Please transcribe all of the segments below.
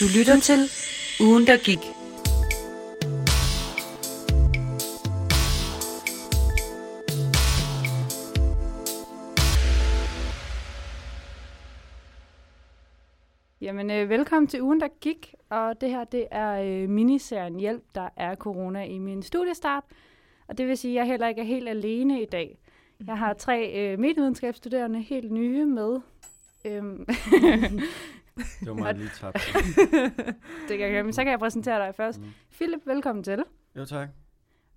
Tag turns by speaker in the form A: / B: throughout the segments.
A: Du lytter til Ugen, der gik.
B: Jamen, øh, velkommen til ugen, der gik, og det her, det er øh, miniserien Hjælp, der er corona i min studiestart. Og det vil sige, at jeg heller ikke er helt alene i dag. Jeg har tre øh, medievidenskabsstuderende, helt nye med. Øhm,
C: Det var meget lige tabt.
B: det kan jeg, men så kan jeg præsentere dig først. Philip, velkommen til.
C: Jo, tak.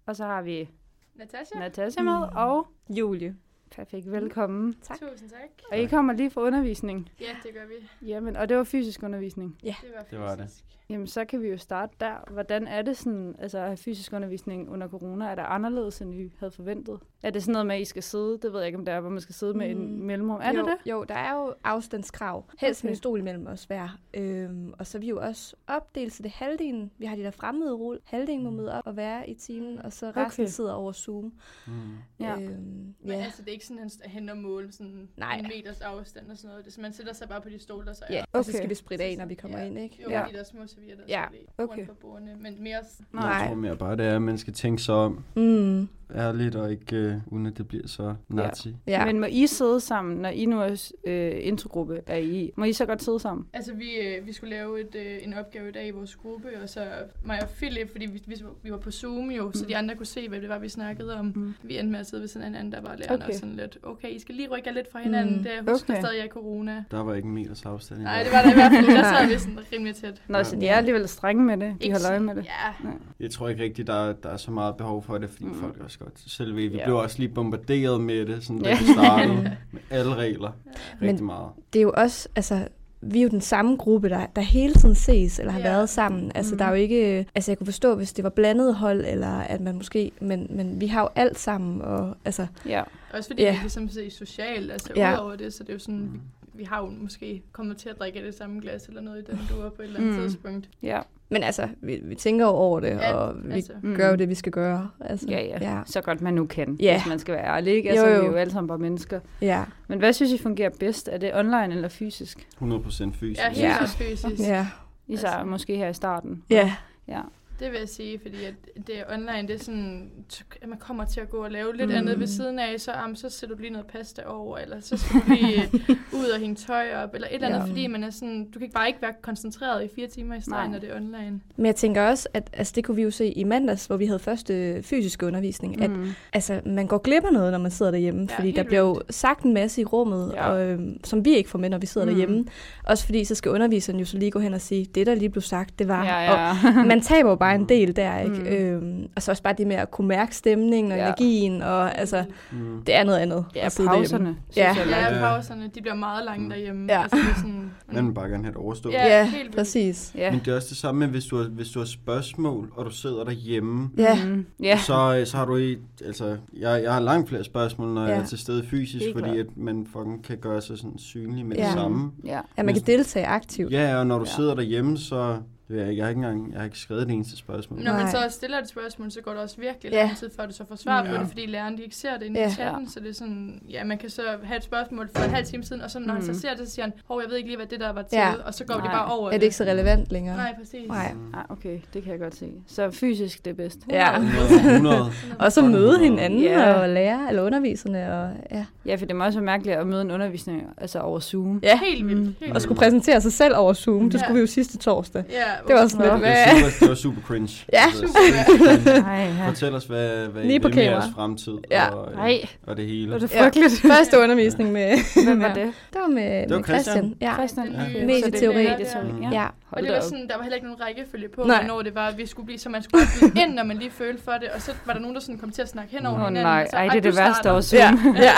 B: Og så har vi
D: Natasha?
B: Natasha med, og
E: Julie.
B: perfekt velkommen.
D: tak. Tusind tak.
B: Og I kommer lige fra undervisning.
D: Ja, det gør vi.
B: Jamen, og det var fysisk undervisning.
D: Det var,
C: Det var det.
D: fysisk.
B: Jamen, så kan vi jo starte der. Hvordan er det sådan, altså at have fysisk undervisning under corona? Er det anderledes, end vi havde forventet? Er det sådan noget med, at I skal sidde? Det ved jeg ikke, om det er, hvor man skal sidde med en
E: Mm.
B: mellemrum. Er
E: jo,
B: det det?
E: Jo, der er jo afstandskrav. Helst okay.
B: Okay.
E: med en stol imellem os hver. Øhm, og så er vi jo også opdelt, så det er halvdelen. Vi har de der fremmede rull. Halvdelen må møde op og være i timen, og så resten
B: Mm. Okay.
E: okay. sidder over Zoom.
C: Mm.
B: Ja.
E: Øhm,
D: Men
E: ja.
D: altså, det er ikke sådan, at han står hen og måler sådan
E: Nej.
D: en meters afstand og sådan noget. Det- Man sætter sig bare på de stole, der så er.
E: ja. Og så
B: Okay.
E: skal vi spritte af, når vi kommer
D: Ja.
E: ind, ikke?
D: Jo,
B: Ja.
D: ja. de der små servietter,
E: Ja,
D: der står
B: okay.
D: okay. rundt på bordene. Men mere s-
B: Nej.
C: Jeg tror mere bare, det er, at man skal tænke sig om
E: Mm,
C: ærligt, og ikke øh, uden at det bliver så nazi.
E: ja. Men,
B: Men må I sidde sammen, når I nu er øh, introgruppe, er I? Må I så godt sidde sammen?
D: Altså, vi, øh, vi skulle lave et, øh, en opgave i dag i vores gruppe, og så mig og Philip, fordi vi, vi, vi var på Zoom jo, så de
E: Mm.
D: andre kunne se, hvad det var, vi snakkede om.
B: Mm.
D: Vi endte med at sidde ved sådan en anden, der var lærerne
B: Okay.
D: okay. og sådan lidt, okay, I skal lige rykke jer lidt fra hinanden,
E: Mm.
D: mm. det husker
B: Okay.
D: okay. stadig er corona.
C: Der var ikke en meters afstand. i
D: Nej,
C: dag.
D: det var der i hvert fald, der sad vi sådan rimelig tæt.
B: Nå, så de er alligevel strenge med det. De
D: Ikke
B: holder øje
D: sådan-
B: med det.
D: Ja,
C: Jeg tror ikke rigtigt, der, er- der er så meget behov for det, fordi
B: Mm.
C: mm. folk også godt selv ved. Vi
B: Ja.
C: blev også lige bombarderet med det, sådan da
B: Ja.
C: vi startede med alle regler. Rigtig meget.
E: det er jo også, altså, vi er jo den samme gruppe, der, der hele tiden ses, eller har
D: Ja.
E: været sammen. Altså,
B: Mm.
E: der er jo ikke... Altså, jeg kunne forstå, hvis det var blandet hold, eller at man måske... Men, men vi har jo alt sammen, og altså...
B: Ja.
D: Også fordi
E: Ja.
D: yeah. vi ligesom ses socialt, altså
E: Ja.
D: yeah. udover det, så det er jo sådan,
C: Mm.
D: vi, vi har jo måske kommet til at drikke af det samme glas eller noget i den duer på et eller andet
B: Mm.
D: mm. tidspunkt.
B: Ja.
E: Men altså, vi, vi tænker jo over det,
D: Ja,
E: og vi
D: altså.
B: Mm.
E: gør jo det, vi skal gøre. Altså.
B: Ja, ja,
E: ja.
B: Så godt man nu kan,
E: Ja.
B: hvis man skal være ærlig. Ikke? Altså,
E: Jo,
B: jo, jo. vi
E: jo.
B: er jo alle sammen bare mennesker.
E: Ja,
B: Men hvad synes I fungerer bedst? Er det online eller fysisk?
C: 100% fysisk.
D: Ja, helt
E: Ja.
D: yeah. fysisk.
E: ja.
B: Især altså.
D: Altså.
B: måske her i starten.
E: ja.
B: Ja.
D: Det vil jeg sige, fordi at det er online, det er sådan, t- at man kommer til at gå og lave lidt
B: Mm.
D: mm. andet ved siden af, så, am, så sætter du lige noget pasta over, eller så skal du lige øh, ud og hænge tøj op, eller et eller andet,
E: Ja.
D: fordi man er sådan, du kan bare ikke være koncentreret i fire timer i streg,
B: Nej.
D: når det er online.
E: Men jeg tænker også, at altså, det kunne vi jo se i mandags, hvor vi havde første fysiske undervisning, mm. at altså, man går glip af noget, når man sidder derhjemme,
D: Ja,
E: ja, fordi
D: helt
E: der bliver jo sagt en masse i rummet,
B: Ja.
E: ja. og, øhm, som vi ikke får med, når vi sidder
B: Mm.
E: mm. derhjemme. Også fordi, så skal underviseren jo så lige gå hen og sige, det der lige blev sagt, det var...
B: ja,
E: Og
B: ja.
E: man taber jo bare en del der, ikke?
B: Mm.
E: Mm. Øhm, og så også bare det med at kunne mærke stemningen og
B: Ja.
E: ja. energien, og altså,
C: Mm.
E: det er noget andet.
B: ja,
E: at sidde derhjemme.
B: pauserne. synes
E: Ja.
B: jeg er lange.
D: Ja,
C: Ja.
D: pauserne, de bliver meget lange
C: Mm.
D: derhjemme.
E: Ja.
D: Altså, det er sådan,
C: Man vil bare gerne have det overstået.
D: Ja,
E: Ja,
D: helt vildt.
E: præcis.
B: Ja.
C: Men det er også det samme med, hvis du har, hvis du har spørgsmål, og du sidder derhjemme,
E: Ja.
B: Mm. ja.
C: så, øh, så har du i, altså, jeg, jeg har langt flere spørgsmål, når ja. jeg
E: Ja.
C: er til stede fysisk,
B: Helt
C: fordi
B: klart.
C: at man fucking kan gøre sig sådan synlig med ja.
E: Ja.
C: det samme.
B: Ja.
E: At man kan deltage aktivt.
C: Ja, ja, og når du
B: Ja.
C: ja. sidder derhjemme, så, det ved jeg, ikke, jeg har ikke engang, jeg har ikke skrevet det eneste spørgsmål.
D: Når man
E: Nej.
D: så stiller et spørgsmål, så går det også virkelig
E: Ja.
D: lang tid, før du så får svar
E: Mm.
D: på
C: Ja.
D: det, fordi læreren de ikke ser det inde
E: Ja.
D: i chatten, så det er sådan, ja, man kan så have et spørgsmål for en halv time siden, og så når han
B: Mm.
D: så ser det, så siger han, hov, jeg ved ikke lige, hvad det der var til,
E: Ja.
D: og så går de
B: Nej.
D: bare over
E: Er det ikke så relevant længere?
D: Nej, præcis.
E: Nej.
C: Mm.
B: Ah, okay, det kan jeg godt se. Så fysisk det er bedst.
E: Ja.
C: 100, 100.
E: Og så møde hinanden
B: Ja.
E: yeah. og lære, eller underviserne, og ja.
B: Ja, for det må også være mærkeligt at møde en undervisning altså over Zoom.
E: ja.
D: Helt vildt. Helt
E: Og
D: vildt.
E: skulle præsentere sig selv over Zoom, det
D: Ja.
E: skulle vi jo sidste torsdag.
D: Ja,
E: Det var sådan lidt,
C: Det,
E: hvad?
C: er super, det var super cringe.
E: Ja.
C: Altså,
D: Super.
B: Nej, ja.
C: Fortæl os, hvad, hvad I
E: Lige
C: vil
E: på
C: med
E: kamera.
C: jeres fremtid
E: Ja.
C: og, øh,
B: Nej,
C: og det hele.
B: var det
E: Ja.
B: frygteligt.
E: Første undervisning med,
B: Hvem var det?
E: det var med,
C: var
E: med Christian.
C: Christian.
E: Ja.
B: Christian.
D: Ja. Mm.
B: Okay.
E: Medieteori.
B: Så det er medieteori,
C: Ja.
B: Ja.
E: ja.
D: Og
B: Hold
D: det
B: da
D: var
B: op.
D: sådan, der var heller ikke nogen rækkefølge på,
E: Nej.
D: hvornår det var, at vi skulle blive, så man skulle byde ind, når man lige følte for det. Og så var der nogen, der sådan kom til at snakke hen over
B: Åh oh,
D: hinanden.
B: nej,
D: og så,
B: ej, det er
D: du
B: det værste
D: starter.
B: over Zoom.
E: ja.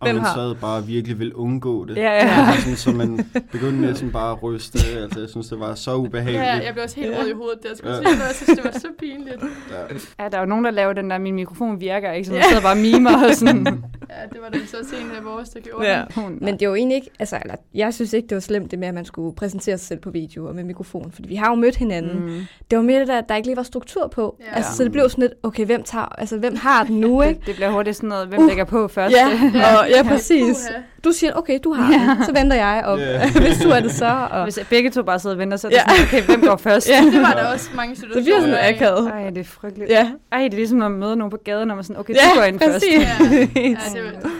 C: og
E: Hvem
C: man
E: har-
C: sad bare og virkelig ville undgå det.
B: Ja, ja.
C: Altså, Sådan, så man begyndte med sådan bare at ryste. Altså, jeg synes, det var så ubehageligt.
D: Ja, jeg blev også helt rød i hovedet, der skulle
C: Ja.
D: ja. sige noget. Jeg synes, det var så pinligt.
C: Ja.
B: Ja, der er jo nogen, der laver den der, min mikrofon virker, ikke? Så man sidder bare og mimer og sådan.
D: Ja, det var da så sent af vores, der gjorde
E: Ja.
D: det.
E: Men det var egentlig ikke, altså, eller, jeg synes ikke, det var slemt det med, at man skulle præsentere sig selv på video og med mikrofon, fordi vi har jo mødt hinanden. Mm.
B: Mm.
E: Det var mere det der, at der ikke lige var struktur på.
D: Ja.
E: Altså, så det blev sådan lidt, okay, hvem, tager, altså, hvem har den nu, ikke?
B: Det, det bliver hurtigt sådan noget, hvem
E: Uh,
B: lægger på først.
E: Ja, og ja, præcis.
D: Puha.
E: Du siger, okay, du har den. Så venter jeg, og
C: Ja.
E: hvis du er det så. Og...
B: Hvis begge to bare sidder og venter, så er det
E: Ja.
B: sådan, okay, hvem går først?
E: Ja.
D: Det var der også mange
E: Så
D: situationer.
E: bliver jeg sådan
D: af.
E: akavet.
B: Ej, det er frygteligt.
E: Ja,
B: Ej, det er ligesom at møde nogen på gaden, og man er sådan, okay,
E: ja,
B: du går ind først.
E: præcis.
D: Ja, det var,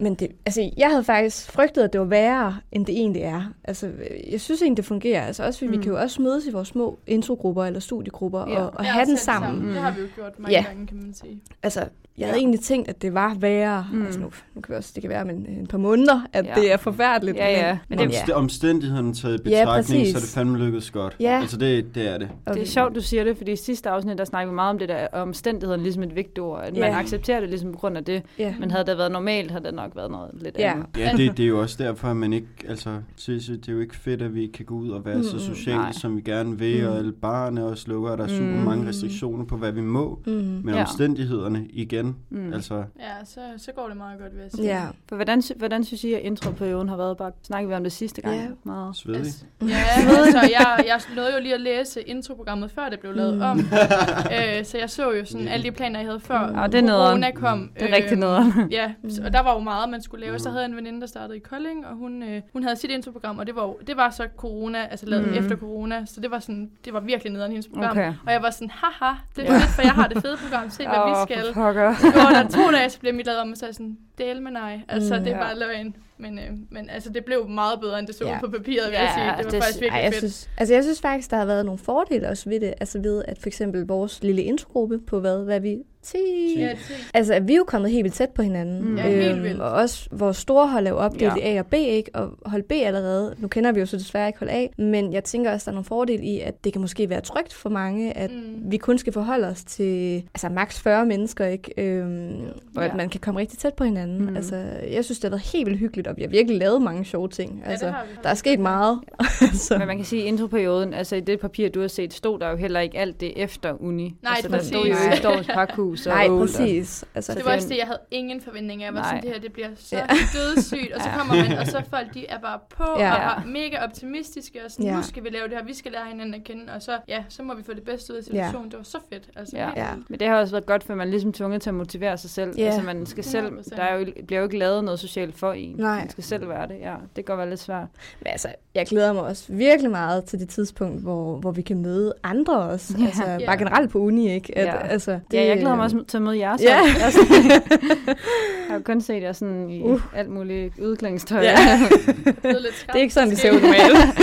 E: Men det, altså, jeg havde faktisk frygtet, at det var værre, end det egentlig er. Altså, øh, jeg synes egentlig, det fungerer. Altså, også, mm. vi
B: Mm.
E: kan jo også mødes i vores små introgrupper eller studiegrupper
B: Ja.
E: ja. og, og
D: Ja,
E: have den
D: selv
E: sammen.
B: sammen.
D: Det har vi jo gjort mange
E: Ja.
D: yeah. gange, kan man sige.
E: Altså, jeg havde egentlig tænkt, at det var værre.
B: Mm.
E: Mm. Altså, nu, nu kan vi også, det kan være om en, en par måneder, at
B: Ja.
E: ja. det er forfærdeligt.
B: Ja, ja. Men
E: Men,
B: det-
E: men ja.
C: Omst- omstændighederne taget i
E: Ja,
C: betragtning,
E: præcis.
C: så er det fandme lykkedes godt.
E: Ja.
C: Altså, det, det er det.
E: Og
B: Det er
E: vi-
B: sjovt, du siger det, fordi i sidste afsnit, der snakkede vi meget om det der om omstændighederne, ligesom et vigtigt ord. At man
E: Ja.
B: accepterer det ligesom på grund af det.
E: Ja.
B: Men havde det været normalt, havde det nok været noget lidt
E: Ja.
B: andet.
C: Ja, det, det er jo også derfor, at man ikke, altså, synes, det er jo ikke fedt, at vi ikke kan gå ud og være mm, så
E: Mm,
C: sociale,
B: nej.
C: som vi gerne vil, mm. og alle barerne også lukker, og der er super
B: Mm.
C: mange restriktioner på, hvad vi må.
E: Mm.
C: Men
B: Ja.
C: ja. omstændighederne, igen,
B: Mm.
C: mm. altså,
D: Ja, så, så går det meget godt, vil jeg sige.
E: Ja.
B: For hvordan, sy- hvordan synes I, at introperioden har været? Bare snakkede vi om det sidste gang
E: Ja.
B: meget.
C: svedig.
D: Altså, ja, altså, jeg, jeg nåede jo lige at læse introprogrammet, før det blev lavet
E: Mm.
D: mm. om. øh, så jeg så jo sådan alle de planer, jeg havde før.
E: Mm.
B: Ja, det er nederen.
D: Corona kom. øh,
B: Det er rigtig noget.
D: Ja, så-
E: Mm.
D: og der var jo meget, man skulle lave. Så
C: Mm.
D: havde jeg en veninde, der startede i Kolding, og hun, øh, hun havde sit introprogram, og det var, jo- det var så corona, altså lavet
B: Mm.
D: mm. efter corona, så det var, sådan, det var virkelig nederen hendes program.
B: Okay.
D: Og jeg var sådan, haha, det er
B: Ja.
D: fedt, for jeg har det fede program, se hvad vi skal.
B: for pokker.
D: Så går der to dage, så bliver mit lavet om, og så er jeg sådan, del med nej. Altså,
E: Mm.
D: det er
B: Ja.
D: bare løgn. Men, øh, men altså, det blev meget bedre, end det så
E: Ja.
D: ud på papiret, vil
B: Ja,
D: jeg sige. Det var
B: det-
D: faktisk
E: Ej,
D: virkelig
E: jeg
D: fedt.
E: synes, altså jeg synes faktisk, der har været nogle fordele også ved det. Altså ved, at for eksempel vores lille introgruppe på hvad, hvad er vi 10?
D: Ja, det,
E: Altså, at vi er jo kommet helt vildt tæt på hinanden. Øhm,
B: Mm.
D: Ja, helt vildt.
E: og også vores store hold er jo opdelt
B: Ja.
E: ja. i A og B, ikke? Og hold B allerede. Nu kender vi jo så desværre ikke hold A. Men jeg tænker også, der er nogle fordele i, at det kan måske være trygt for mange, at
D: Mm.
E: mm. vi kun skal forholde os til altså, maks 40 mennesker, ikke? Øhm, og
B: Ja.
E: at man kan komme rigtig tæt på hinanden.
B: Mm.
E: Mm. Altså, jeg synes, det har været helt vildt hyggeligt, og vi har virkelig lavet mange sjove ting.
D: ja,
E: Altså,
D: det har vi.
E: der er sket meget. altså,
B: Men man kan sige, at introperioden, altså i det papir, du har set, stod der jo heller ikke alt det efter uni.
D: Nej,
B: altså, der stod jo
E: præcis.
B: ikke Storms Pakhus og
E: nej,
B: Old og-
E: præcis. Altså,
D: det
B: Så
D: var
B: det-
D: også det, jeg havde ingen forventninger. Jeg var
B: Nej.
D: sådan, det her det bliver så
E: Ja.
D: ja. dødssygt. Og så
B: Ja.
D: kommer man, og så folk, de er bare på
E: Ja.
D: ja. og er mega optimistiske. Og sådan,
E: Ja.
D: nu skal vi lave det her, vi skal lære hinanden at kende. Og så, ja, så må vi få det bedste ud af situationen. Det var så fedt. Altså,
B: Ja.
D: ja.
E: ja.
B: Men det har også været godt, for man er ligesom tvunget til at motivere sig selv.
E: Ja.
B: Altså man skal selv,
D: 100%.
B: der er jo, bliver jo ikke lavet noget socialt for en.
E: Nej.
B: Man skal selv være det, ja. Det kan godt være lidt svært.
E: Men altså, jeg glæder mig også virkelig meget til det tidspunkt, hvor, hvor vi kan møde andre også.
B: Ja.
E: Ja. Altså,
D: Ja.
E: bare generelt på uni, ikke? At,
B: Ja.
E: altså,
B: Det, ja, jeg glæder mig også til at møde jer så.
E: Ja.
B: Altså, jeg har jo kun set jer sådan i uh. alt muligt udklædningstøj.
E: Ja.
D: Det, lidt skarpt.
E: Det er ikke sådan, det ser ud
D: Måske.
E: normalt.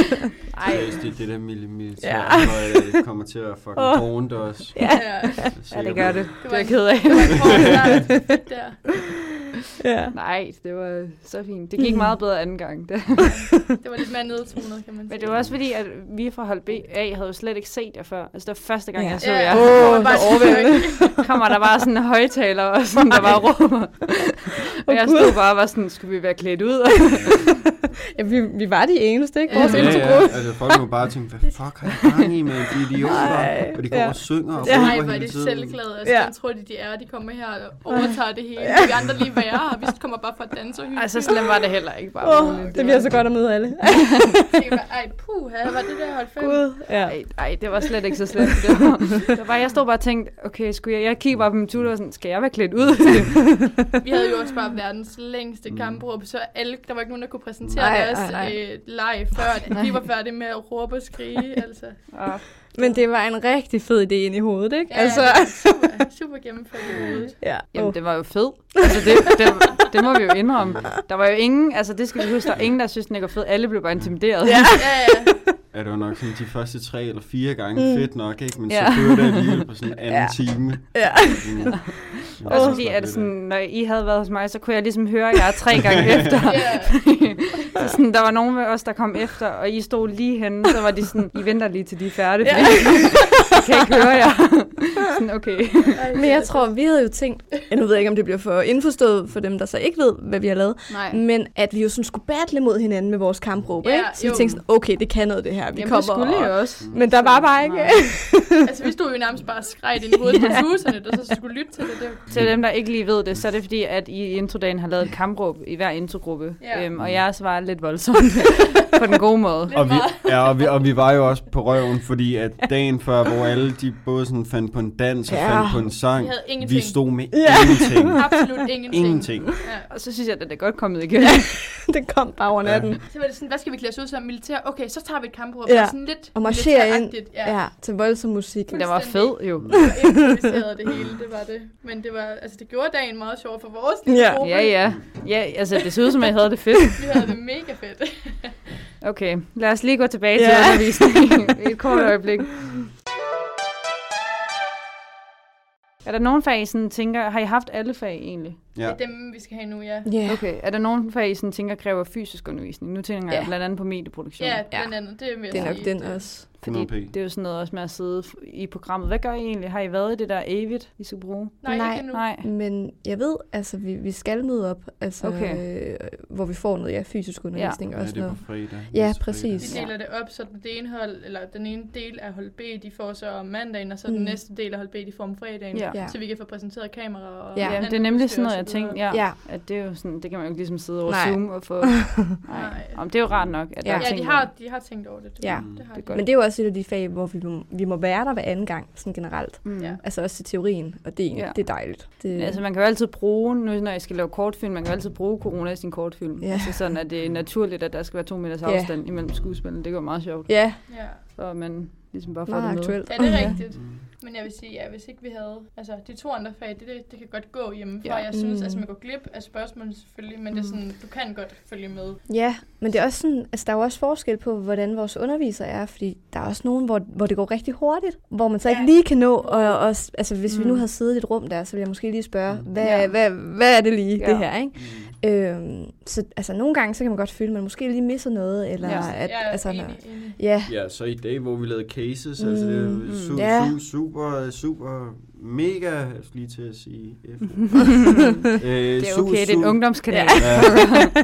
B: Ej,
C: Det, det, det der millimeter,
E: Ja.
C: ja. det kommer til at fucking
E: Åh.
C: håne det også.
E: Ja.
D: Ja,
B: ja, det gør det. Det
D: Det
B: var
D: var
B: jeg ked af.
D: det var en hård start der.
E: ja.
B: Nej, det var så fint. Det gik meget bedre anden gang. Det.
D: Det var lidt mere nedtonet, kan man sige.
B: Men det var også fordi, at vi fra Hold B A havde jo slet ikke set jer før. Altså, det var første gang,
E: Ja.
B: jeg så
D: Ja,
B: jer.
D: ja.
E: Åh,
D: Hvor man
E: det
D: bare
E: er
D: sådan,
E: overvældende.
B: kommer der bare sådan en højtaler, og sådan, der bare råber. Og jeg stod bare og var sådan, skulle vi være klædt ud?
E: ja vi, vi var de eneste, ikke?
D: Ja.
E: Vores
C: Ja,
E: eneste
C: ja,
E: gruppe.
C: altså folk må bare tænke, hvad fuck har jeg gang i med de idioter?
E: Nej.
C: Og de går
E: Ja.
C: og synger og
D: Ja.
C: råber
D: Nej, hvor er
C: hele
D: de
C: tiden.
D: selvglade. Altså,
E: Ja.
D: ja. den tror de, de er. De kommer her og overtager det hele. Vi andre lige være her. Vi kommer bare for at danse og hygge.
E: Altså-
B: Ej, så slemt Altså, var det heller ikke bare.
E: Åh,
B: roligt.
E: det bliver så godt at møde alle.
D: tænker jeg bare, Ej, puha, var det der holdt fem?
E: Gud. Ja.
B: Ej, ej, det var slet ikke så slemt. Det var, det var bare, jeg stod bare og tænkte, okay, skulle jeg, jeg kiggede bare på min tutor og sådan, skal jeg være klædt ud?
D: Vi havde jo også bare verdens længste kampråb, så alle, der var ikke nogen, der kunne præsentere
E: Nej,
D: deres
E: nej, nej.
D: Øh, live, før at vi var færdige med at råbe og skrige. Altså,
B: Og,
E: Men det var en rigtig fed idé ind i hovedet, ikke?
D: ja, altså.
E: altså,
D: super, super gennemført i hovedet.
E: ja.
B: jamen, det var jo fed. Altså, det, det, det, må vi jo indrømme. Der var jo ingen, altså det skal vi huske, der var ingen, der synes, den ikke var fed. Alle blev bare intimideret. Ja.
D: Ja, ja.
C: Ja, det var nok sådan de første tre eller fire gange
E: Mm.
C: mm. fedt nok, ikke? Men
B: Ja.
C: så kører det alligevel på sådan en anden
E: Ja.
C: ja. time.
E: Ja.
C: Mm.
D: Altså,
B: Også fordi, at sådan, når I havde været hos mig, så kunne jeg ligesom høre jer tre gange efter.
D: øh, ja.
B: så sådan, der var nogen af os, der kom efter, og I stod lige henne, så var de sådan, I venter lige til de er færdige, fordi jeg kan ikke høre jer. sådan, okay.
D: Ej,
E: Men jeg tror, vi havde jo tænkt, ja, nu ved jeg ikke, om det bliver for indforstået for dem, der så ikke ved, hvad vi har lavet,
B: Nej.
E: men at vi jo sådan skulle battle mod hinanden med vores kampråb,
D: Ja,
E: ikke? Så vi
D: jo.
E: tænkte sådan, okay, det kan noget det her, vi
B: Jamen, det
E: kommer
B: skulle
E: og-
B: jeg også.
E: Men der var bare ikke.
B: Nej.
D: Altså, vi stod jo nærmest bare og skreg ind i hovedet på suserne, der så skulle lytte til det. det var
B: Til dem, der ikke lige ved det, så er det fordi, at I i introdagen har lavet et kampråb i hver introgruppe,
D: Ja.
B: øhm, og jeres var lidt voldsomt. på den gode måde.
C: Og vi, ja, og, vi, og vi var jo også på røven, fordi at dagen før, hvor alle de både sådan fandt på en dans og
E: Ja.
C: fandt på en sang,
D: Vi havde
C: vi
D: ingenting.
C: stod med
E: Ja.
C: ingenting.
D: Absolut ingenting.
C: Ingenting.
D: Ja.
B: Og så synes jeg, at det er godt kommet igen.
E: det kom bare over
C: Ja.
E: natten.
D: Så var det sådan, hvad skal vi klæde os ud som militær? Okay, så tager vi et kampråb.
E: Ja.
D: Ja. Sådan lidt
E: Og marcherer ind.
D: militæragtigt.
E: Ja. ja, til voldsom musik.
B: Den var fed jo.
D: Og improviserede det hele, det var det. Men det var, altså det gjorde dagen meget sjov for vores lille
E: Ja.
D: gruppe.
B: Ja, ja. Ja, altså det ser ud som, at jeg havde det fedt.
D: Vi havde det mega fedt.
B: Okay, lad os lige gå tilbage til
E: Ja.
B: undervisningen i et kort øjeblik. Er der nogen fag, I sådan tænker, har I haft alle fag egentlig?
D: Ja.
C: Ja.
D: Det er dem, vi skal have nu, ja.
E: Ja,
B: Okay, er der nogen fag, I sådan tænker, kræver fysisk undervisning? Nu tænker jeg
E: Ja.
B: blandt andet på medieproduktion.
D: Ja, blandt andet. Det er, med
E: det er nok den også.
B: Fordi
C: 100p.
B: det er jo sådan noget også med at sidde f- i programmet. Hvad gør I egentlig? Har I været i det der evigt, I skal bruge?
D: Nej,
E: Nej.
D: Nej. Ikke nu.
B: Nej.
E: Men jeg ved, altså vi, vi skal møde op, altså,
B: Okay.
E: øh, hvor vi får noget ja, fysisk undervisning
C: Ja,
E: og sådan
C: det er på
E: noget.
C: fredag.
E: Ja,
C: Næste
E: præcis.
D: Vi
E: Ja.
D: deler det op, så den ene, hold, eller den ene del af hold B, de får så om mandagen, og så den
E: Mm.
D: næste del af hold B, de får om fredagen.
B: Ja.
E: Ja.
D: Så vi kan få præsenteret kamera og...
E: Ja.
B: Ja, det er
D: andet
B: nemlig
D: udstyr
B: sådan noget,
D: og
B: jeg
D: så videre.
B: tænkte. Ja,
E: Ja.
B: At det, er jo sådan, det kan man jo ikke ligesom sidde over
E: Nej.
B: Zoom og få... Nej.
D: Nej.
B: Om det er jo rart nok, at
E: Ja.
B: der er
E: Jeg
D: Ja, de
B: ting,
D: har, de har tænkt over det. Det,
E: Ja.
D: det har
B: Det
D: de.
B: er godt.
E: Men det er jo også et af de fag, hvor vi må, vi må være der hver anden gang, sådan generelt.
B: Mm.
D: Ja.
E: Altså også til teorien, og det,
B: Ja.
E: ja. det er dejligt. Det,
B: Men Altså, man kan jo altid bruge, nu når jeg skal lave kortfilm, man kan jo altid bruge corona i sin kortfilm.
E: Ja.
B: Altså sådan, at det er naturligt, at der skal være to meters
E: Ja.
B: afstand imellem skuespillene. Det går meget sjovt,
E: ja,
D: Ja.
B: og man ligesom bare får
E: meget
B: det med.
E: aktuelt.
D: Ja, det er rigtigt. Men jeg vil sige, ja, hvis ikke vi havde... Altså, de to andre fag, det, det, det kan godt gå hjemmefra.
B: Ja.
D: Ja. Jeg synes,
E: Mm.
D: altså, man går glip af spørgsmålene selvfølgelig, men det er sådan, du kan godt følge med.
E: Ja, men det er også sådan, altså, der er jo også forskel på, hvordan vores undervisere er, fordi der er også nogen, hvor, hvor det går rigtig hurtigt, hvor man så ikke
D: Ja.
E: lige kan nå, og, og s- altså, hvis mm. vi nu
B: Mm.
E: havde siddet i et rum der, så ville jeg måske lige spørge,
C: Mm.
E: hvad,
B: Ja.
E: ja. hvad, hvad er det lige,
B: Ja.
E: ja. det her, ikke? Øhm, så altså, nogle gange, så kan man godt føle, at man måske lige misser noget, eller
B: Ja.
E: ja. at,
D: jeg er
E: altså,
D: enig,
E: når-
D: enig.
E: ja,
C: Ja, så i dag, hvor vi lavede cases, mm, altså det er
B: Mm-hmm.
E: Mm,
C: jo su-
E: ja.
C: su- super, super, mega, jeg skulle lige til at sige F. øh,
B: Det er okay, det er en ungdomskanal.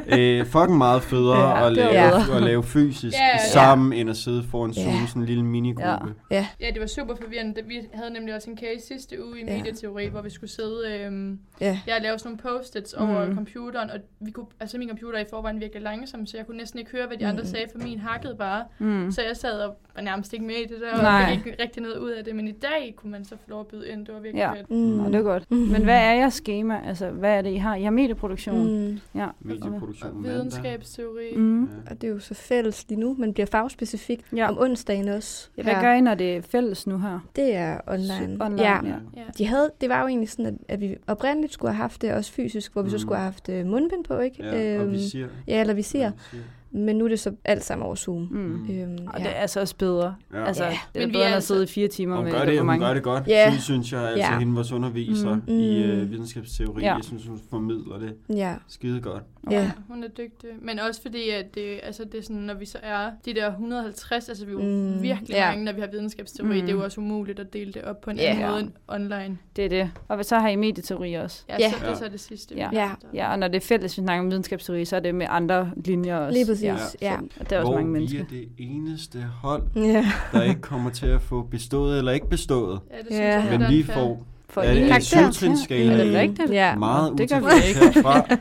C: Ja, øh, fucking meget federe
B: Ja,
C: ja, at,
B: det var
C: lave,
E: bedre.
C: at lave fysisk
D: Ja, ja.
C: ja, sammen, end at sidde foran Zoom,
E: Ja.
C: sådan en lille minigruppe.
D: Ja, det var super forvirrende. Det- Vi havde nemlig også en case sidste uge i
E: Ja.
D: medieteori, hvor vi skulle sidde... Øhm,
E: ja,
D: jeg lavede sådan nogle post-its over
B: Mm.
D: computeren, og vi kunne, altså min computer er i forvejen virkelig langsom, så jeg kunne næsten ikke høre, hvad de andre
E: Mm.
D: sagde, for min hakkede bare.
B: Mm.
D: Så jeg sad og var nærmest ikke med i det der, og
B: Nej.
D: Nej. ikke rigtig noget ud af det. Men i dag kunne man så få lov at byde ind. Det var virkelig
B: Ja.
D: ja. fedt.
E: Mm.
B: Nå, det er godt. Men hvad er jeres schema? Altså, hvad er det, I har? I har medieproduktion.
E: Mm.
B: Ja.
C: Medieproduktion mandag.
D: Videnskabsteori.
B: Mm.
C: Ja.
E: Og det er jo så fælles lige nu, men bliver fagspecifikt
B: Ja.
E: ja. om onsdagen også.
B: Hvad gør I, når det er fælles nu her?
E: Det er online.
B: Online,
E: ja.
B: ja.
D: Ja.
E: De havde, det var jo egentlig sådan, at, at vi oprindeligt skulle have haft det også fysisk, hvor vi så
C: Mm.
E: skulle have haft øh, mundbind på, ikke? Øhm,
C: Ja, og
B: Øhm,
C: vi siger.
E: ja, eller visir.
C: Ja, visir.
E: Men nu er det så alt sammen over Zoom.
B: Mm.
C: Mm.
E: Øhm,
B: Og det er altså også bedre.
C: Ja.
B: Altså,
E: Ja.
B: det er
D: Men vi
B: bedre,
D: er
B: end at
D: altså-
B: sidde i fire timer
C: Hun
B: med
C: gør
B: eller
C: det,
B: hvor
C: hun
B: mange.
C: gør det godt,
E: Ja.
C: yeah. synes jeg. Altså
E: Ja.
C: yeah. hende, vores underviser
B: Mm.
C: mm. i
E: Mm.
C: øh, videnskabsteori,
B: Ja.
C: yeah. jeg synes, hun formidler det
E: ja.
C: skide godt.
E: Okay. ja.
D: Hun er dygtig. Men også fordi, at det, altså det er sådan, når vi så er de der 150, altså vi er jo
E: Mm,
D: mm, virkelig
E: ja.
D: yeah. mange, når vi har videnskabsteori.
B: Mm.
D: Det er jo også umuligt at dele det op på en
E: Ja.
D: yeah. anden måde end online.
B: Det er det. Og så har I medieteori også.
D: Ja,
E: Ja.
D: yeah. så, det er så det sidste. vi
B: Ja.
D: har.
B: Ja, og når det er fælles, vi snakker om videnskabsteori, så er det med andre linjer også.
E: Lige præcis,
C: Ja.
E: ja.
B: Og der er også
C: Hvor
B: mange
C: vi
B: mennesker.
C: er det eneste hold,
E: Ja.
C: der ikke kommer til at få bestået eller ikke bestået.
D: Ja, det
E: Ja.
D: synes jeg,
C: Men
D: der er
C: vi
D: en fair-
C: får
B: For
C: Ja, det
B: en
C: er
B: karakter.
C: syvtrinsskala.
B: Er det rigtigt?
E: Ja.
C: meget
B: det gør vi
C: utilfreds
B: ikke.
C: herfra.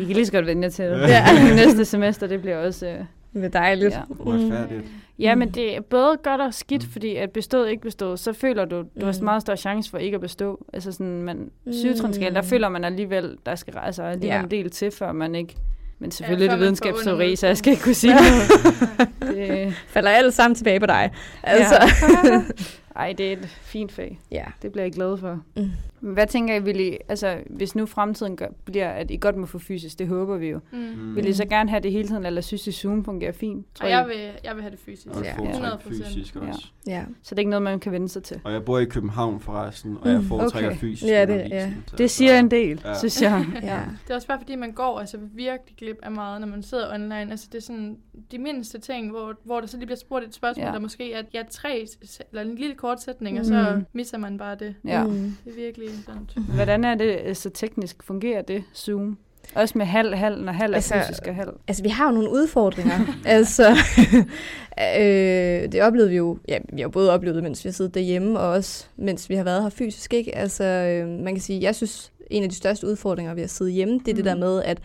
B: I kan lige så godt vende jer til det.
E: Ja.
B: Næste semester, det bliver også... Øh,
E: Det var dejligt.
B: ja.
C: Uretfærdigt.
B: ja,
E: Mm.
B: men det er både godt og skidt, fordi at bestået ikke bestået, så føler du, du har
E: Mm.
B: meget større chance for ikke at bestå. Altså sådan, man, syvtrinsskala, der
E: Mm.
B: føler man alligevel, der skal altså alligevel
E: Ja.
B: en del til, før man ikke... Men selvfølgelig ja,
D: før
B: er det
D: man får
B: videnskabsteori,
D: under
B: så jeg skal ikke kunne sige noget. det.
E: Falder alt sammen tilbage på dig. Altså.
B: Altså. Ej, det er et fint fag.
E: Ja.
B: Det bliver jeg glad for.
E: Mm.
B: Mm. Hvad tænker I, vil I, altså, hvis nu fremtiden gør, bliver, at I godt må få fysisk, det håber vi jo. Mm.
D: Mm.
C: Mm.
B: Vil I så gerne have det hele tiden, eller synes I, Zoom fungerer fint? Tror
D: Og
B: I?
D: jeg vil, jeg vil have det fysisk.
C: Og
E: Ja.
C: jeg foretrækker
D: 100%.
C: fysisk
B: Ja.
C: også.
E: Ja.
B: Så det er ikke noget, man kan vende sig til.
C: Og jeg bor i København forresten, og jeg
E: Mm,
C: foretrækker
B: okay.
C: fysisk
E: Ja, det-
C: undervisning, så- altså-
B: Det siger en del, ja.
C: Ja.
B: synes jeg.
E: Ja.
D: Det er også bare fordi, man går altså virkelig glip af meget, når man sidder online. Altså det er sådan de mindste ting, hvor, hvor der så lige bliver spurgt et spørgsmål,
B: Ja.
D: ja. der måske er ja, tre, s- eller en lille kort sætning, og så
B: Mm.
D: misser man bare det.
B: Ja.
E: Mm.
D: Det er virkelig sådan.
B: Hvordan er det øh, så teknisk? Fungerer det, Zoom? Også med halv, halv, når halv er altså,
E: Altså,
B: fysisk og halv.
E: Altså, vi har jo nogle udfordringer. altså, øh, det oplevede vi jo, ja, vi har både oplevet det, mens vi har siddet derhjemme, og også mens vi har været her fysisk, ikke? Altså, øh, man kan sige, jeg synes, en af de største udfordringer ved at sidde hjemme, det er mm. det
B: Mhm.
E: der med, at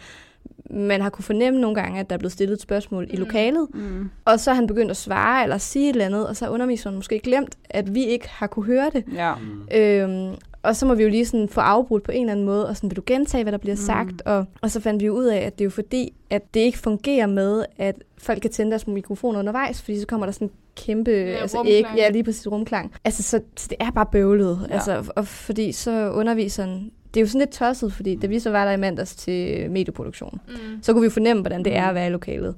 E: man har kunne fornemme nogle gange, at der er blevet stillet et spørgsmål mm. i
D: Mm.
E: lokalet,
B: Mm.
E: og så er han begyndt at svare eller sige et eller andet, og så har underviseren måske glemt, at vi ikke har kunne høre det.
B: Ja.
C: Mm.
E: Øhm, og så må vi jo lige sådan få afbrudt på en eller anden måde, og sådan, vil du gentage, hvad der bliver
B: Mm.
E: mm. sagt? Og, og så fandt vi jo ud af, at det er jo fordi, at det ikke fungerer med, at folk kan tænde deres mikrofoner undervejs, fordi så kommer der sådan en kæmpe
D: Ja,
E: altså,
D: rumklang.
E: ja, lige præcis rumklang. Altså, så, så det er bare bøvlet.
B: Ja.
E: Ja. Altså, og fordi så underviseren, det er jo sådan lidt tosset, fordi da vi så var der i mandags til medieproduktion,
D: Mm.
E: så kunne vi fornemme, hvordan det er
B: Mm.
E: at være i lokalet.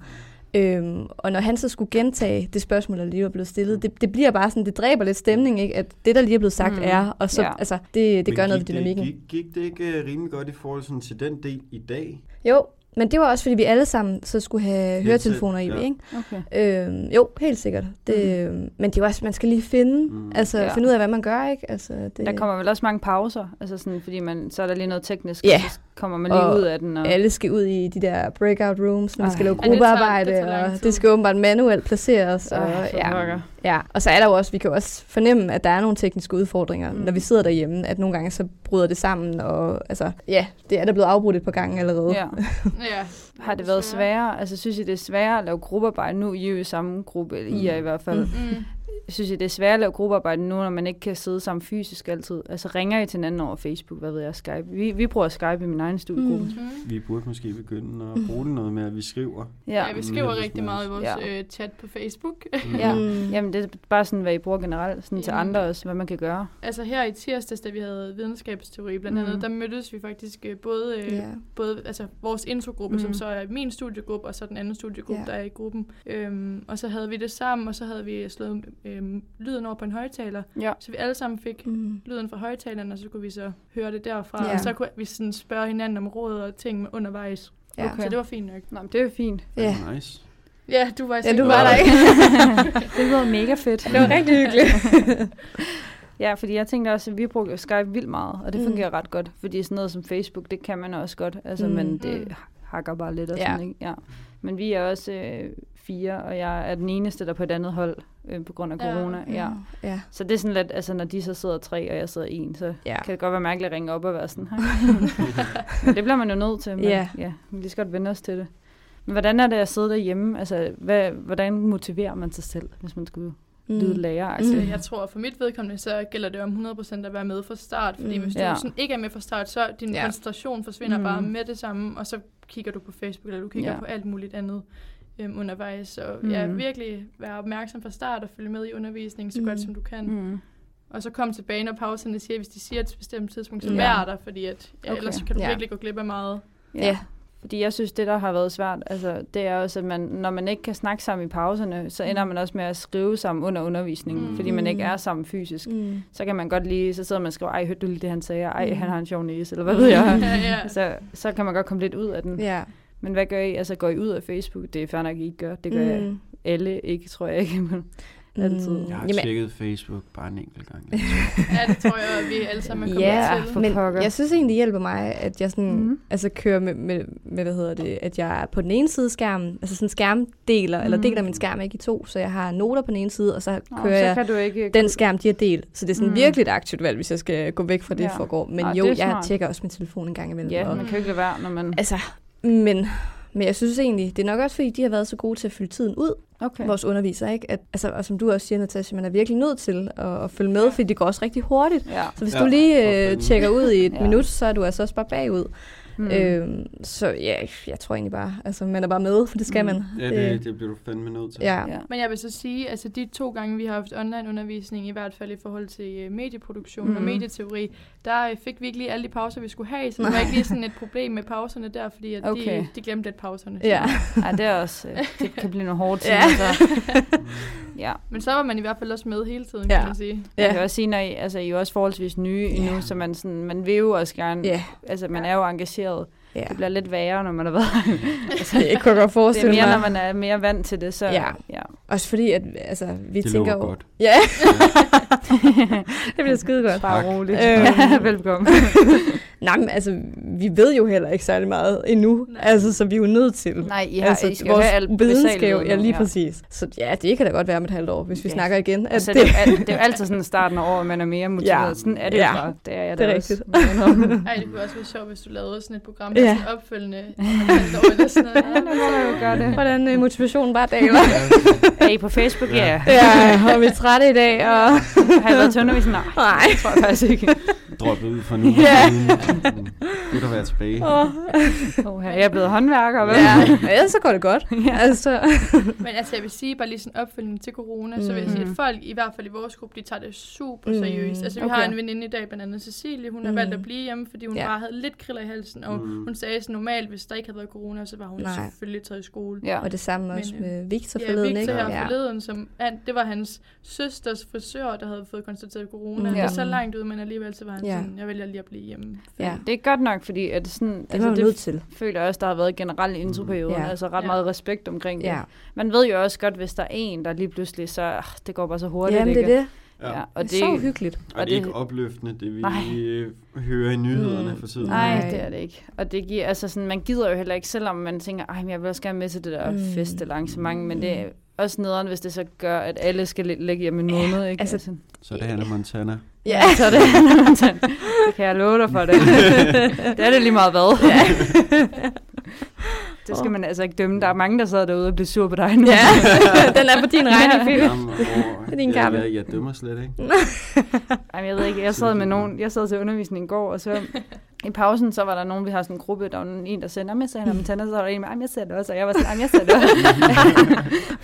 E: Øhm, og når han så skulle gentage det spørgsmål, der lige var blevet stillet, det, det bliver bare sådan, det dræber lidt stemning, ikke? at det, der lige er blevet sagt,
B: Mm.
E: mm. er, og så,
B: Ja.
E: ja. altså,
B: Øh,
E: det, det
C: Men
E: gør noget ved
C: gik
E: dynamikken.
C: Det, gik, gik det ikke øh, rimelig godt i forhold sådan, til den del i dag?
E: Jo, men det var også, fordi vi alle sammen så skulle have
C: Helt
E: høretelefoner i,
C: sikkert,
E: ja.
C: ja.
E: ikke?
B: Okay.
E: Øhm, jo, helt sikkert. Det, mm. Men det er jo også, man skal lige finde,
C: Mm.
E: mm. altså
B: Ja.
E: ja. finde ud af, hvad man gør, ikke? Altså, det,
B: Der kommer vel også mange pauser, altså sådan, fordi man, så er der lige noget teknisk,
E: Ja.
B: og så kommer man lige
E: Og
B: ud af den. Og,
E: alle skal ud i de der breakout rooms, når man
B: Ej.
E: skal lave
B: Ja,
D: det tager- det tager
E: gruppearbejde,
D: lang
E: og
D: tid.
E: det skal åbenbart manuelt placeres. Og,
B: Ej, for
E: ja.
B: pokker.
E: Ja, og så er der jo også, vi kan jo også fornemme, at der er nogle tekniske udfordringer,
B: Mm.
E: mm. når vi sidder derhjemme, at nogle gange så bryder det sammen, og altså, ja, det er der blevet afbrudt et par gange allerede.
B: Ja.
D: Ja.
B: Har det været sværere? Altså, synes I, det er sværere at lave gruppearbejde? Nu I er jo i samme gruppe, eller I er i hvert fald.
E: Mm.
D: Mm.
B: Synes I, det er sværere at lave gruppearbejde nu, når man ikke kan sidde sammen fysisk altid? Altså, ringer I til hinanden over Facebook, hvad ved jeg, Skype? Vi, vi bruger Skype i min egen studiegruppe. Mm.
D: Mm.
C: Vi burde måske begynde at bruge det noget med, at vi skriver.
B: Ja.
D: Ja, vi skriver rigtig meget i vores
B: Ja.
D: øh, chat på Facebook.
B: Ja.
E: Mm.
B: Jamen, det er bare sådan, hvad I bruger generelt, sådan til
D: Ja.
B: andre også, hvad man kan gøre.
D: Altså her i tirsdags, da vi havde videnskabsteori blandt andet,
B: Mm.
D: mm. der mødtes vi faktisk øh, både, øh,
E: Ja.
D: både altså, vores introgruppe, mm.
B: Mm.
D: som så er min studiegruppe, og så den anden studiegruppe,
E: Ja.
D: der er i gruppen. Øhm, og så havde vi det sammen, og så havde vi slået øhm, lyden over på en højtaler,
B: Ja.
D: så vi alle sammen fik
B: Øh,
E: Mm.
D: lyden fra højtaleren, og så kunne vi så høre det derfra.
E: Ja.
D: Og så kunne vi sådan spørge hinanden om råd og ting undervejs.
E: Ja.
B: Okay.
D: Så det var fint nok.
B: Nå, men det er jo fint.
E: Ja.
C: Yeah. Nice.
D: Ja, du var i
E: ja, du
D: seng.
E: var der ikke.
B: Det lyder mega fedt.
E: det var rigtig hyggeligt.
B: Ja, fordi jeg tænkte også, at vi brugte Skype vildt meget, og det
E: Mm.
B: fungerer ret godt. Fordi sådan noget som Facebook, det kan man også godt, altså, mm.
E: Mm.
B: men det
D: Mm.
B: hakker bare lidt og
E: Ja.
B: sådan, ikke? Ja. Men vi er også øh, fire, og jeg er den eneste, der er på et andet hold øh, på grund af
D: Ja,
B: corona. Ja. ja.
E: ja.
B: Så det er sådan lidt, altså når de så sidder tre, og jeg sidder en, så
E: Ja.
B: kan det godt være mærkeligt at ringe op og være sådan her. men det bliver man jo nødt til, men
E: Ja.
B: ja, vi kan lige så godt vende os til det. Men hvordan er det at sidde derhjemme? Altså, hvad, hvordan motiverer man sig selv, hvis man skulle
E: Mm.
B: lyde lærer?
E: Mm.
D: Så Øh, jeg tror, for mit vedkommende, så gælder det om 100% at være med fra start. Fordi
E: Mm.
D: hvis du
B: Ja.
D: sådan ikke er med fra start, så er din
E: Ja.
D: koncentration forsvinder
B: Mm.
D: bare med det samme. Og så kigger du på Facebook, eller du kigger
B: Ja.
D: på alt muligt andet øhm, undervejs. Så ja,
B: Mm.
D: virkelig være opmærksom fra start og følge med i undervisningen så
E: Mm.
D: godt som du kan.
B: Mm.
D: Og så kom tilbage, når pauserne siger, hvis de siger et bestemt tidspunkt, så
E: Ja.
D: vær der, fordi at, ja,
B: Okay.
D: okay. ellers så kan du
E: Ja.
D: virkelig gå glip af meget.
B: Ja. ja. Fordi jeg synes, det der har været svært, altså, det er også, at man, når man ikke kan snakke sammen i pauserne, så ender man også med at skrive sammen under undervisningen, mm.
D: Mm.
B: fordi man ikke
E: Mm.
B: er sammen fysisk. Mm.
E: Mm.
B: Så kan man godt lige, så sidder man og skriver, ej, hørte du lige det, han sagde, ej, mm.
E: Mm.
B: han har en sjov næse, eller hvad ved jeg.
D: Ja, ja.
B: så, så kan man godt komme lidt ud af den.
E: Ja.
B: Men hvad gør I? Altså, går I ud af Facebook? Det er fair nok, I ikke gør. Det gør mm.
E: Mm.
B: alle ikke, tror jeg ikke. Men altid.
E: Mm.
C: Jeg har
E: Jamen-
C: tjekket Facebook bare en enkelt gang.
D: ja, det tror jeg, at vi alle sammen er kommet
E: Ja,
D: til.
B: for
E: men
B: pokker.
E: jeg synes egentlig, det hjælper mig, at jeg sådan,
B: Mhm.
E: mm. altså, kører med, med, med, hvad hedder det, at jeg er på den ene side af skærmen, altså sådan skærmdeler, mm. eller
B: Mhm.
E: deler min skærm ikke i to, så jeg har noter på den ene side, og så
B: Nå,
E: kører
B: så
E: jeg
B: kan du ikke...
E: den skærm, de har delt. Så det er sådan
B: Mm.
E: mm. virkelig et aktivt valg, hvis jeg skal gå væk fra det,
B: Ja.
E: ja. foregår. Men
B: Ej,
E: jo,
B: det er
E: jeg
B: smart.
E: tjekker også min telefon en gang imellem.
B: Ja,
E: og,
B: man kan jo ikke lade være, når man...
E: altså, men, men jeg synes egentlig, det er nok også, fordi de har været så gode til at fylde tiden ud,
B: Okay.
E: okay. vores undervisere. Ikke? At, altså, og som du også siger, Natasha, man er virkelig nødt til at, at følge med, fordi det går også rigtig hurtigt.
B: Ja.
E: Så hvis
C: Ja,
E: ja, du
C: for
E: lige øh,
C: fanden.
E: tjekker ud i et
B: Ja.
E: ja. minut, så er du altså også bare bagud.
B: Mm.
E: Mm. Øhm, så ja, jeg tror egentlig bare, altså man er bare med, for det skal
B: Mm.
E: mm. man.
C: ja, det, det bliver du fandme nødt til. Mm.
E: ja.
B: ja.
D: Men jeg vil så sige, altså de to gange, vi har haft online-undervisning, i hvert fald i forhold til øh, medieproduktion mm. og
B: Mhm.
D: medieteori, der øh, fik vi ikke lige alle de pauser, vi skulle have, så der var ikke lige sådan et problem med pauserne der, fordi at okay.
B: Okay.
D: de, de glemte lidt pauserne.
E: Ja.
B: Ej, det er også... øh, Det kan blive nogle hårde timer,
E: Ja.
B: så... Ja.
D: Men så var man i hvert fald også med hele tiden,
E: Ja.
D: kan man sige.
B: Jeg
E: Ja.
B: kan også sige, når I, altså, I er jo også forholdsvis nye endnu,
E: Ja.
B: så man, sådan, man vil jo også gerne,
E: Ja.
B: altså man er jo engageret.
E: Ja.
B: Det bliver lidt værre, når man har været
E: Jeg kunne godt
B: det er
E: forestille
B: mere,
E: mig.
B: når man er mere vant til det, så
E: Ja.
B: ja.
E: Og Også fordi, at altså, vi
C: Det
E: tænker
C: lover
E: over-
C: godt.
E: Ja, det bliver skide godt.
B: Bare
C: Tak.
B: roligt.
E: Øhm.
B: Ja, Velkommen.
E: Nej, men altså, vi ved jo heller ikke særlig meget endnu,
D: Nej.
E: altså, så vi er jo nødt til.
F: Nej, I, har, altså,
E: altså,
F: I skal jo
E: vores
F: have alt
E: viden
F: basalt
E: skal jo,
F: viden
E: ja,
F: nu,
E: lige præcis. Så ja, det kan da godt være om et halvt år, hvis vi
B: Ja.
E: snakker igen. At
B: Altså,
E: det,
B: det, er jo al- det er jo altid sådan starten af året, man er mere motiveret.
E: Ja.
B: Ja. Sådan er det jo
E: Ja.
B: bare. Det er jeg
E: Det er
B: da
E: rigtigt.
B: Også. øh,
D: Ej, det kunne også være sjovt, hvis du lavede sådan et program,
E: Ja.
D: der ja. sådan opfølgende. Eller sådan noget.
B: Ja, nu må man jo gøre det.
E: hvordan øh, motivationen bare daler.
B: Er I på Facebook?
C: Ja.
B: Ja.
E: ja, og vi er trætte i dag, og...
B: Har I været til undervisning? Nej,
E: Nej.
B: det tror jeg faktisk ikke.
C: Droppet ud for nu.
E: Ja.
C: Gud, der være tilbage.
E: Åh.
B: Oh, jeg er blevet håndværker, vel?
E: Ja, ellers så går det godt.
B: Ja.
E: Altså,
D: Men altså, jeg vil sige, bare lige sådan opfølgende til corona, så vil jeg sige,
B: Mhm.
D: at folk, i hvert fald i vores gruppe, de tager det super
E: Mm,
D: seriøst. Altså, vi
E: okay.
D: har en veninde i dag, blandt andet Cecilie, hun har
E: Mm.
D: valgt at blive hjemme, fordi hun
E: Ja.
D: bare havde lidt kriller i halsen, og
C: Mm.
D: hun sagde sådan, normalt, hvis der ikke havde været corona, så var hun
E: Nej.
D: selvfølgelig taget i skole.
B: Ja.
E: og det samme
D: Men,
E: også
D: øh,
E: med Victor
D: Ja,
E: forleden,
D: Victor
E: ikke?
D: her forleden, som, han, det var hans søsters frisør, der havde fået konstateret corona.
E: Mm.
D: Det er
E: Ja.
D: så langt ud, men alligevel så var han
E: Ja.
D: sådan, jeg vælger lige at blive hjemme.
E: ja.
B: Det er godt nok, fordi at sådan, altså,
E: Det var man
B: det
E: nødt til.
B: føler jeg også, der har været generelt i introperioden.
E: Ja.
B: Ja. Altså ret
D: Ja.
B: meget respekt omkring det.
E: Ja,
B: Man ved jo også godt, hvis der er en, der lige pludselig så, ah, det går bare så hurtigt.
E: Jamen, det er
B: ikke?
E: det.
B: Ja,
E: Og
B: og
E: det
B: det,
E: er så hyggeligt.
C: Og det er ikke opløftende, det vi
B: Nej.
C: øh, hører i nyhederne
E: Mm.
C: for tiden.
B: Nej,
E: Nej.
B: det er det ikke. Og det giver, altså sådan, man gider jo heller ikke, selvom man tænker, ej, men jeg vil også gerne med til det der
E: Mm.
B: mm. fest eller arrangement, men det er også nederen, hvis det så gør, at alle skal læ- ligge hjemme en måned, ikke?
E: altså-
C: Så det handler Montana.
E: Ja,
B: så er det, det kan jeg love dig for det. det er det lige meget hvad. det skal man altså ikke dømme. Der er mange, der sad derude og blev sur på dig nu.
E: Ja, den er på din regning,
B: Ja.
E: Philip.
C: Jamen, åh,
E: Det er din
C: jeg,
E: kappe.
C: jeg, jeg dømmer slet ikke.
B: Ej, men jeg ved ikke, jeg sad med nogen, jeg sad til undervisning i går, og så i pausen, så var der nogen, vi har sådan en gruppe, der var en, der sagde, "Nå, men jeg ser hende om tænder, så var der en med, "Ej, men jeg ser det også, og jeg var sådan, "Ej, men jeg ser det også.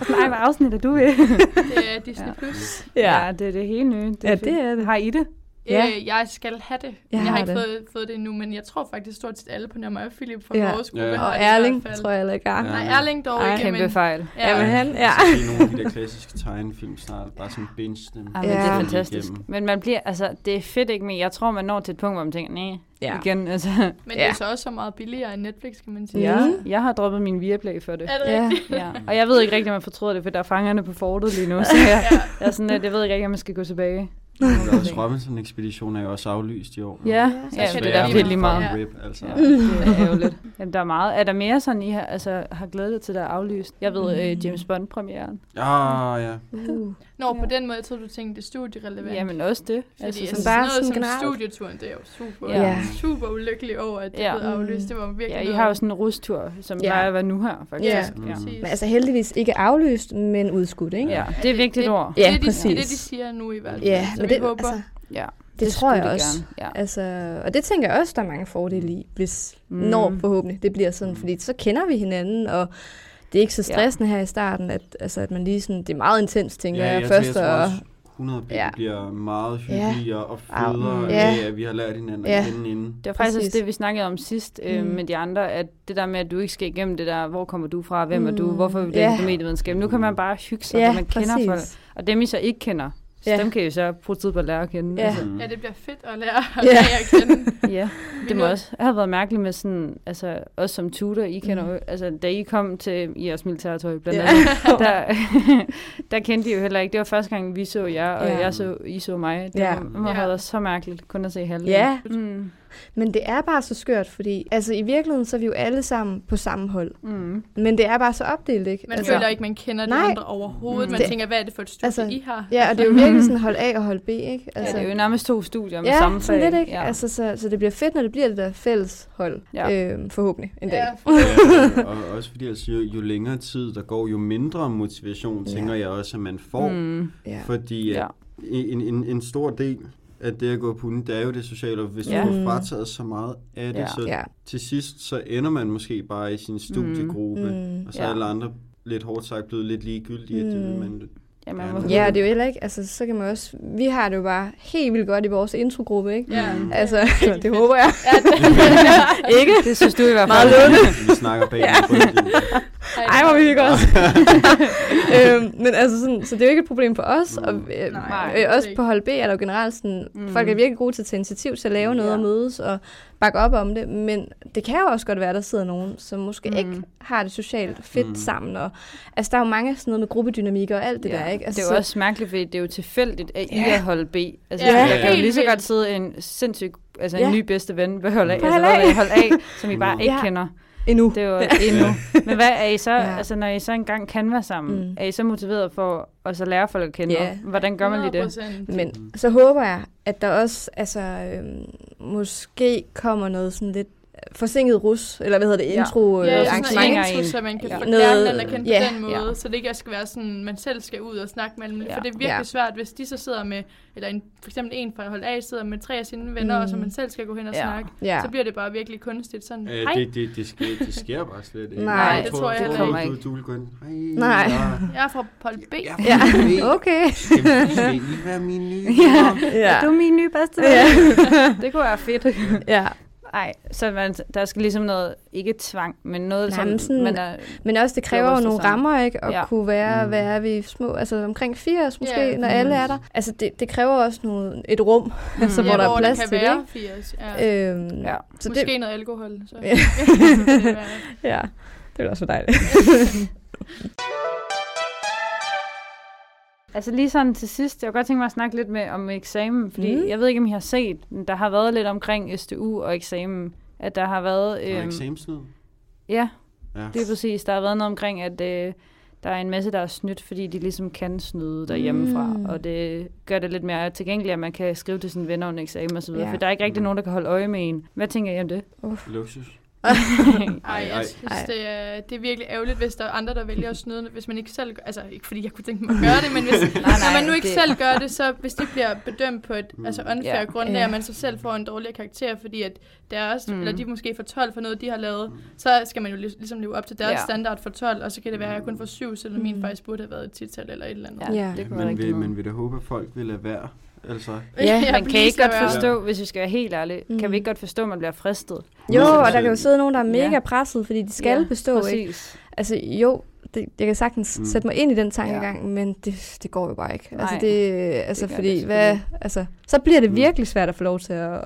B: og sådan, Ej, hvad afsnit er du i?
D: Det er Disney+. Ja.
B: Ja.
D: Plus.
E: Ja.
B: ja, det er det hele nye.
E: Ja, det
B: er det. Har I det?
E: Ja.
D: Ja. Øh, jeg skal have det.
E: Jeg
D: Jeg, jeg
E: har
D: har ikke
E: det.
D: Fået, fået det endnu, men jeg tror faktisk stort set alle på nær mig og Philip fra
E: Ja.
D: ja. vores gruppe.
C: Ja.
D: har
E: Og
D: det i
E: Erling,
D: hvert fald.
E: tror jeg heller ikke er.
C: Ja.
D: Nej, Erling dog
E: Ej,
D: ikke,
B: Kæmpe
D: men...
B: fejl.
D: Ja,
E: Jamen, han, ja.
C: Jeg skal se Altså, nogle af de der klassiske tegnefilm snart. Bare sådan binge dem.
B: Ej, men ja. det
E: Ja.
B: er fantastisk. Men man bliver, altså, det er fedt ikke, men jeg tror, man når til et punkt, hvor man tænker, nej,
E: Ja.
B: ja. igen, altså.
D: men det er
E: Ja.
D: så også så meget billigere end Netflix, kan man sige.
E: Ja.
B: Jeg har droppet min Viaplay for det.
D: Er det
E: Ja.
D: rigtigt?
B: Ja. Og jeg ved ikke rigtig, om jeg fortryder det, for der er fangerne på fortet lige nu, så jeg, jeg er sådan, at jeg ved ikke rigtig, om jeg skal gå tilbage.
C: Lars Robinson-ekspedition er jo også aflyst i år. Altså,
B: Ja,
D: så
B: ja det
D: kan det
B: er
D: være
B: derfor, det er lige
D: lige
B: meget.
D: meget.
C: Rip, altså.
E: Mm.
B: Ja, det er ærgerligt. Jamen, der er meget. Er der mere sådan, I har, altså, har glædet jer til, der er aflyst? Jeg ved,
E: Mm.
B: øh, James Bond-premieren.
C: Ah, ja.
E: Uh.
D: Nå, på
B: Ja.
D: den måde, jeg troede, du tænkte, det er studierelevant.
B: Jamen også det.
D: Fordi
B: Altså,
D: altså,
E: sådan
D: sådan
E: bare
D: bare noget
E: sådan
D: som
E: generelt.
D: studieturen, det er jo super,
E: Ja. Mm.
D: ja. super ulykkelig over, at det
B: Ja.
D: ja. blev aflyst. Det var virkelig
B: ja, I har jo sådan en rustur, som
E: Ja.
B: ja. plejer at være nu her, faktisk.
E: Ja.
B: Ja,
C: Mm.
E: Men altså heldigvis ikke aflyst, men udskudt, ikke?
B: ja. det er et vigtigt
D: det-
B: ord.
E: Ja,
D: det, er de, det, er det, de
E: præcis.
D: siger nu i hvert fald.
E: Ja,
D: så
E: men
D: vi
E: det,
D: håber,
E: altså,
B: Ja,
E: det, det tror jeg
B: skulle det
E: også.
B: gerne. Ja.
E: Altså, og det tænker jeg også, der er mange fordele i, hvis mm.
B: Mm.
E: når forhåbentlig det bliver sådan, fordi så kender vi hinanden, og det er ikke så
B: Ja.
E: stressende her i starten, at, altså, at man lige sådan, det er meget intens, tænker
C: ja,
E: jeg, først,
C: tror, jeg
E: og
C: tror også, 100 piger
E: Ja.
C: bliver meget hyggeligere ja. og
E: Au.
C: federe
E: Ja.
C: af, at vi har lært hinanden
E: Ja.
C: at kende inden.
B: Det var faktisk
E: Præcis.
B: også det, vi snakkede om sidst øh,
E: Mm.
B: med de andre, at det der med, at du ikke skal igennem det der, hvor kommer du fra, hvem er du,
E: Mm.
B: hvorfor vil du
E: Ja.
B: yeah. medievidenskab. Nu kan man bare hygge sig,
E: ja,
B: når man kender
E: præcis.
B: folk. Og dem, I så ikke kender, så
E: Ja.
B: dem kan I så bruge tid på at lære at kende. Altså,
E: Ja.
C: Mm.
D: ja, det bliver fedt at lære at
E: Ja.
D: lære at kende.
B: ja. Det må også have været mærkeligt med sådan, altså også som tutor, I kender jo, altså da I kom til i jeres militærtøj blandt
E: Mm. Ja.
B: andet, der, der kendte I jo heller ikke, det var første gang vi så jer, og
E: Ja.
B: ja. jeg så, I så mig. Det
E: Ja.
B: ja. må have
D: Ja.
B: været så mærkeligt kun at se halvdelen.
E: Ja.
B: Mm.
E: Men det er bare så skørt, fordi altså, i virkeligheden, så er vi jo alle sammen på samme hold.
B: Mm.
E: Men det er bare så opdelt, ikke?
D: Man
E: altså,
D: føler ikke, man kender de
E: Nej.
D: andre overhovedet. Man
E: Det-
D: tænker, hvad er det for et studie,
E: altså,
D: I har?
E: Ja, og det er jo virkelig sådan hold A og hold B, ikke?
B: Altså, Mm. ja, det er jo nærmest to studier med
E: ja,
B: samme fag.
E: sådan lidt, ikke? Ja. Altså, så, så det bliver fedt, når det bliver det der fælles hold,
B: Ja.
E: øhm, forhåbentlig en dag.
D: Ja,
C: Ja, og også fordi altså, jo, jo længere tid der går, jo mindre motivation,
E: Ja.
C: tænker jeg også, at man får.
B: mm.
E: Ja.
C: Fordi ja.
B: Ja.
C: en, en, en stor del af det at gå på uni, det er jo det sociale, og hvis ja.
B: Ja.
C: du
E: Mm.
C: får frataget så meget af det,
B: Ja.
C: ja. så
E: ja.
C: til sidst, så ender man måske bare i sin studiegruppe,
E: Mm.
C: og så er
B: Ja.
C: alle andre lidt hårdt sagt blevet lidt ligegyldige, at det vil
E: Mm.
C: man...
B: Ja, man må,
E: Ja, og det er jo heller ikke, altså så kan man også, vi har det jo bare helt vildt godt i vores introgruppe, ikke?
D: Ja.
C: Mm.
E: Altså, det håber jeg. ikke?
B: det synes du i hvert fald.
E: Meget
C: Vi snakker bag ja.
G: Ej, hvor vi hygger os.
E: øhm, men altså sådan, så det er jo ikke et problem for os, og øh,
D: Nej,
E: øh, også
D: det er
E: på Hold B er der jo generelt sådan, mm. folk er virkelig gode til at tage initiativ til at lave noget
G: Ja.
E: og mødes og bakke op om det, men det kan jo også godt være, at der sidder nogen, som måske mm. ikke har det socialt fedt mm. sammen, og altså der er jo mange af sådan noget med gruppedynamikker og alt det der, ikke?
B: Altså,
E: Altså,
B: det er jo også mærkeligt, fordi det er jo tilfældigt, at I
E: Ja.
B: er hold B. Altså,
D: Ja,
B: ja. der kan
D: helt
B: jo lige så
D: vildt.
B: godt sidde en sindssyg, altså en
E: Ja.
B: ny bedste ven ved hold A,
E: På
B: altså
E: hold
B: hvad
E: A.
B: ved I, hold A, som I bare ikke
E: Ja.
B: kender.
E: endnu.
B: Det er jo endnu. Men hvad er I så,
E: Ja.
B: altså når I så engang kan være sammen,
E: Mm.
B: er I så motiveret for at så lære folk at kende?
E: Ja.
B: Hvordan gør man lige det?
E: Men så håber jeg, at der også altså, øhm, måske kommer noget sådan lidt forsinket rus, eller hvad hedder det,
B: Ja.
E: intro
D: Ja,
E: øh,
D: sådan
E: arrangement.
B: hænger
D: noget
B: en.
D: intro, så man kan
E: Ja.
D: ja.
E: Noget-
D: lære hinanden at kende på
E: ja,
D: den
B: ja.
D: måde, så det ikke også skal være sådan, man selv skal ud og snakke med dem,
B: Ja.
D: for det er virkelig
E: Ja.
D: svært, hvis de så sidder med, eller en, for eksempel en fra hold A sidder med tre af sine venner,
E: Mm.
D: og så man selv skal gå hen og
B: Ja.
D: snakke,
E: Ja.
D: så bliver det bare virkelig kunstigt sådan,
C: Øh,
D: hej,
C: det, det, det, sker, det sker bare slet ikke.
E: Nej, Nej, det
D: det tror tror jeg jeg
B: heller heller ikke.
C: Du, du vil gå ind. Hej,
E: Nej.
D: jeg er fra hold B.
C: Ja,
D: Ja.
E: Ja,
C: ja.
E: okay.
C: Skal, skal I være mine nye?
E: Ja.
B: Er du min nye bedste ven?
E: Ja.
B: det kunne være fedt.
E: ja.
B: Nej, så man, der skal ligesom noget, ikke tvang, men noget,
E: Nej,
B: som
E: men sådan-
B: man er...
E: Men også, det kræver
B: Det er
E: jo
B: også
E: nogle
B: det samme.
E: rammer, ikke? Og ja.
B: Ja.
E: kunne være,
C: Mm.
E: hvad er vi små, altså omkring 80 måske,
D: Ja.
E: når alle er der. Altså, det, det kræver også noget, et rum, mm. altså, hvor der er
D: hvor
E: plads
D: det kan
E: til
D: være
E: det.
D: 80. Ja. Øh,
E: ikke? Øhm,
B: Ja.
E: Så
D: Måske
E: det,
D: noget alkohol. Så.
E: Ja.
D: Det er værre.
E: ja, det ville også være dejligt.
B: Altså lige sådan til sidst, jeg kunne godt tænke mig at snakke lidt med om eksamen, fordi
E: Mm.
B: mm. jeg ved ikke, om I har set, men der har været lidt omkring STU og eksamen, at der har været...
C: Øhm.
B: øhm,
C: Eksamensnød?
B: ja,
C: Ja.
B: det er præcis. Der har været noget omkring, at øh, der er en masse, der er snydt, fordi de ligesom kan snyde derhjemmefra,
E: Mm.
B: mm. og det gør det lidt mere tilgængeligt, at man kan skrive til sine venner under eksamen osv.,
E: Ja.
B: ja. for der er ikke rigtig nogen, der kan holde øje med en. Hvad tænker I om det?
C: Luksus.
D: Ej,
C: Ej, ej.
D: jeg synes,
E: Ej.
D: det er, det er virkelig ærgerligt, hvis der er andre, der vælger at snyde, hvis man ikke selv gør, altså ikke fordi jeg kunne tænke mig at gøre det, men hvis, nej, nej, når man nu ikke
B: det-
D: det. selv gør det, så hvis det bliver bedømt på et altså unfair
B: Ja.
D: yeah. grundlag,
E: Ja.
D: og man så selv får en dårligere karakter, fordi at deres,
B: Mm.
D: mm. eller de måske får 12 for noget, de har lavet, så skal man jo lis- ligesom leve op til deres
B: Ja.
D: yeah. standard for 12, og så kan det være, at jeg kun får 7, selvom
E: Mm.
D: min faktisk burde have været et tital eller et eller andet.
E: Ja. Ja,
B: det kunne være
C: Man
B: rigtig
C: vil,
B: noget.
C: man vil da håbe, at folk vil lade være. Altså,
E: Ja,
D: Jeg
B: Man
D: vil
B: kan
D: lige
B: ikke
D: så
B: godt
D: være-
B: forstå, hvis vi skal være helt ærlige, mm. kan
E: Mm.
B: vi ikke godt forstå, at man bliver fristet?
E: Jo,
C: Hundrede
E: og der kan jo
C: procent.
E: sidde nogen, der er
B: Ja.
E: mega presset, fordi de skal
B: Ja,
E: bestå, ikke?
B: Præcis.
E: Altså jo, det, jeg kan sagtens mm.
C: Mm.
E: sætte mig ind i den tankegang, ja. men det, det går jo bare ikke. Altså,
B: Nej,
E: det, altså
B: gør
E: fordi,
B: det
E: hvad, altså, så bliver det
C: Mm.
E: virkelig svært at få lov til at, at,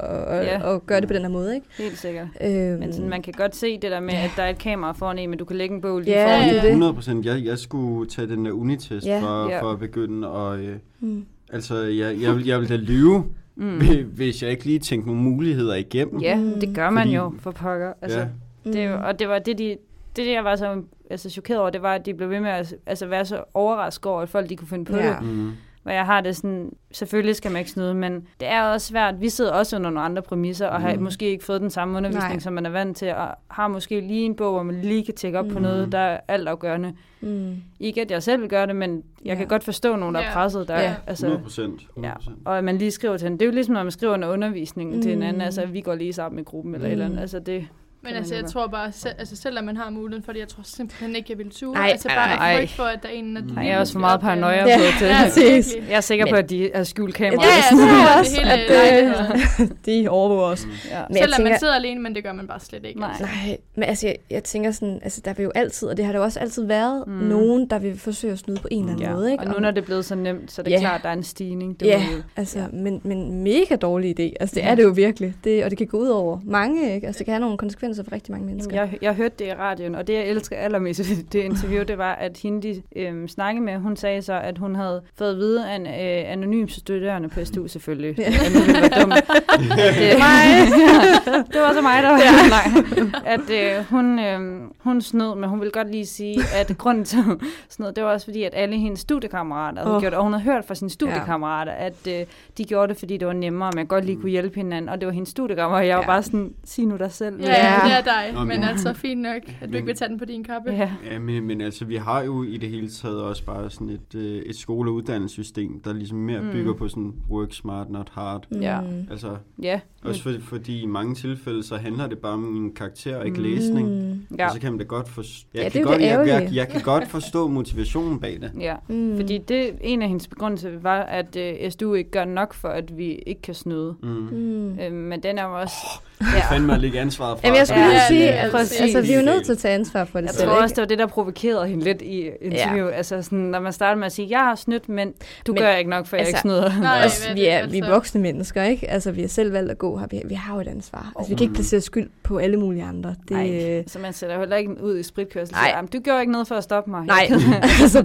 B: Ja.
E: ja. at gøre det på den her måde, ikke?
B: Helt sikkert.
E: Øhm,
B: Men
C: Mm.
B: sådan, man kan godt se det der med, at der er et kamera foran en, men du kan lægge en bog lige
E: Ja,
B: foran.
E: det er det.
C: 100 procent. Jeg, jeg skulle tage den der unitest
E: Ja.
C: yeah. for,
B: Ja.
C: for at begynde. Og, øh,
E: Mm.
C: altså, jeg, jeg, vil- jeg ville da lyve,
B: Mm.
C: mm. hvis jeg ikke lige tænkte nogle muligheder igennem.
B: Ja,
E: Mm.
B: det gør man
C: Fordi-
B: jo for pokker. Altså,
C: Ja.
B: det er jo, og det var det, de, det, jeg var så altså, chokeret over, det var, at de blev ved med at altså, være så overrasket over, at folk de kunne finde på
E: Ja.
B: ja. det.
C: Mm.
B: Hvor jeg har det sådan, selvfølgelig skal man ikke snyde, men det er også svært. Vi sidder også under nogle andre præmisser, og har
C: Mm.
B: måske ikke fået den samme undervisning,
E: Nej.
B: som man er vant til, og har måske lige en bog, hvor man lige kan tjekke op mm. på
E: Mm.
B: noget, der er altafgørende.
E: Mm.
B: Ikke at jeg selv vil gøre det, men jeg
E: Ja.
B: kan godt forstå nogen, der er
D: Ja.
B: presset der.
E: Ja.
B: Ja.
C: 100
B: Altså,
C: procent.
B: ja.
C: 100 procent.
B: Og at man lige skriver til hinanden. Det er jo ligesom, når man skriver under undervisningen mm. til hinanden.
E: Mm.
B: Altså, at vi går lige sammen i gruppen eller
E: Mm.
B: mm. eller andet. Altså, det...
D: Men
B: kan
D: altså,
B: man jo
D: jeg
B: godt.
D: tror bare, selv, altså, selvom man har muligheden for det, jeg tror simpelthen ikke, jeg vil ture.
E: Ej,
D: altså, bare
B: ej,
D: af
B: ej.
D: frygt for, at der er en... At
C: Nej,
B: jeg er også for meget paranoia
E: Ja.
B: på det.
D: Ja,
E: præcis.
D: virkelig.
B: Jeg er sikker
E: Men-
B: men... på, at de har skjult
E: Ja,
B: kamera.
E: det
D: Ja,
E: tror jeg
D: det
E: også,
D: hele-
E: at det, de overvåger os.
B: Ja.
E: Men jeg
D: Selvom
E: tænker-
D: man sidder alene, men det gør man bare slet ikke.
B: Nej.
D: altså.
E: Nej, men altså, jeg, jeg tænker sådan, altså der vil jo altid, og det har der jo også altid været, mm.
B: Mm.
E: nogen, der vil forsøge at snyde på en eller anden
B: Ja.
E: måde, ikke?
B: Og nu, når det er blevet så nemt, så er det
E: Ja.
B: yeah. klart, at der er en stigning. Det
E: Ja.
B: yeah. jo.
E: Altså, ja.
B: Ja.
E: men, men mega dårlig idé. Altså, det ja.
B: Ja.
E: er det jo virkelig. Det, og det kan gå ud over mange, ikke? Altså, det kan have nogle konsekvenser for rigtig mange mennesker.
B: Jamen, jeg, jeg hørte det i radioen, og det, jeg elsker allermest ved det interview, det var, at hende, de øhm, snakkede med, hun sagde så, at hun havde fået at vide af en øh, anonym studerende på STU, selvfølgelig. Ja. nu ville det være dumt. Det, mig. det var så mig, der var ja. nej. At øh, hun, øh, hun snød, men hun ville godt lige sige, at grunden til, hun snød, det var også fordi, at alle hendes studiekammerater havde
E: Åh.
B: oh. gjort, og hun havde hørt fra sine studiekammerater, at øh, de gjorde det, fordi det var nemmere, og man godt lige kunne hjælpe hinanden, og det var hendes studiekammerat, og jeg var
E: Ja.
B: bare sådan, sig nu dig selv.
D: Ja,
E: Ja.
D: det er dig,
C: Nå,
D: men
C: men-
D: altså fint nok, at du ikke vil tage den på din kappe.
B: Ja.
C: Ja, men, men altså, vi har jo i det hele taget også bare sådan et, øh, et skole- og uddannelsessystem, der ligesom mere mm.
B: Mm.
C: bygger på sådan work smart, not hard.
B: Ja.
E: Mm.
C: Altså,
B: Ja.
C: også for, fordi i mange tilfælde, så handler det bare om en karakter og ikke mm. læsning.
E: Mm.
B: Ja.
C: Og så kan man da godt forstå... Jeg,
E: Ja, det
C: kan
E: er jo
C: godt,
E: det
C: jeg, jeg,
E: ærgerlige.
C: jeg kan godt forstå motivationen bag det.
B: Ja,
E: Mm.
B: mm. fordi det, en af hendes begrundelser var, at øh, SDU ikke gør nok for, at vi ikke kan snyde.
C: Mm.
E: Mm.
B: Øh, men den er jo også...
C: Jeg fandt mig at lægge ansvaret fra.
E: Jamen, jeg jeg skulle lige
D: Ja,
E: sige,
D: det er
E: at,
D: præcis.
E: altså, vi er jo nødt til at tage ansvar for det
B: Jeg
E: selv,
B: tror også,
E: ikke?
B: det var det, der provokerede hende lidt i interview. Ja. Altså, sådan, når man starter med at sige, jeg har snydt, men du
E: Men-
B: men, gør ikke nok, for
E: altså-
B: altså, jeg ikke snyder.
D: Nej,
E: Også,
D: hvad
E: vi, er,
D: det,
E: vi er
D: altså.
E: voksne mennesker, ikke? Altså, vi har selv valgt at gå her. Vi, vi har jo et ansvar. Altså, vi kan ikke placere skyld på alle mulige andre. Det,
B: Nej,
E: øh,
B: så man sætter jo heller ikke ud i spritkørsel.
E: Nej.
B: Nej. Jamen, du gjorde ikke noget for at stoppe mig.
E: nej, Øh. altså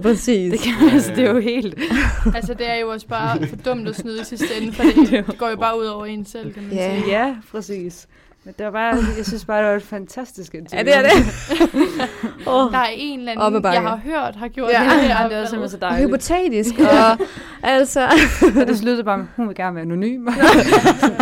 E: præcis.
B: det, kan, altså, det er jo helt...
D: Altså, det er jo også bare for dumt at snyde i sidste ende, for det, det går jo bare ud over en selv, kan man
E: Ja.
D: sige.
B: Ja, præcis. Men det var bare, jeg synes bare, det var et fantastisk interview.
E: Ja, det er det.
D: Der er en eller
E: Op ad
D: anden,
E: bakke.
D: jeg har hørt, har gjort
E: Ja.
D: det her.
B: Ja, det var simpelthen så
E: Og
B: dejligt.
E: hypotetisk. Og, altså,
B: Og det sluttede bare med, hun vil gerne være anonym.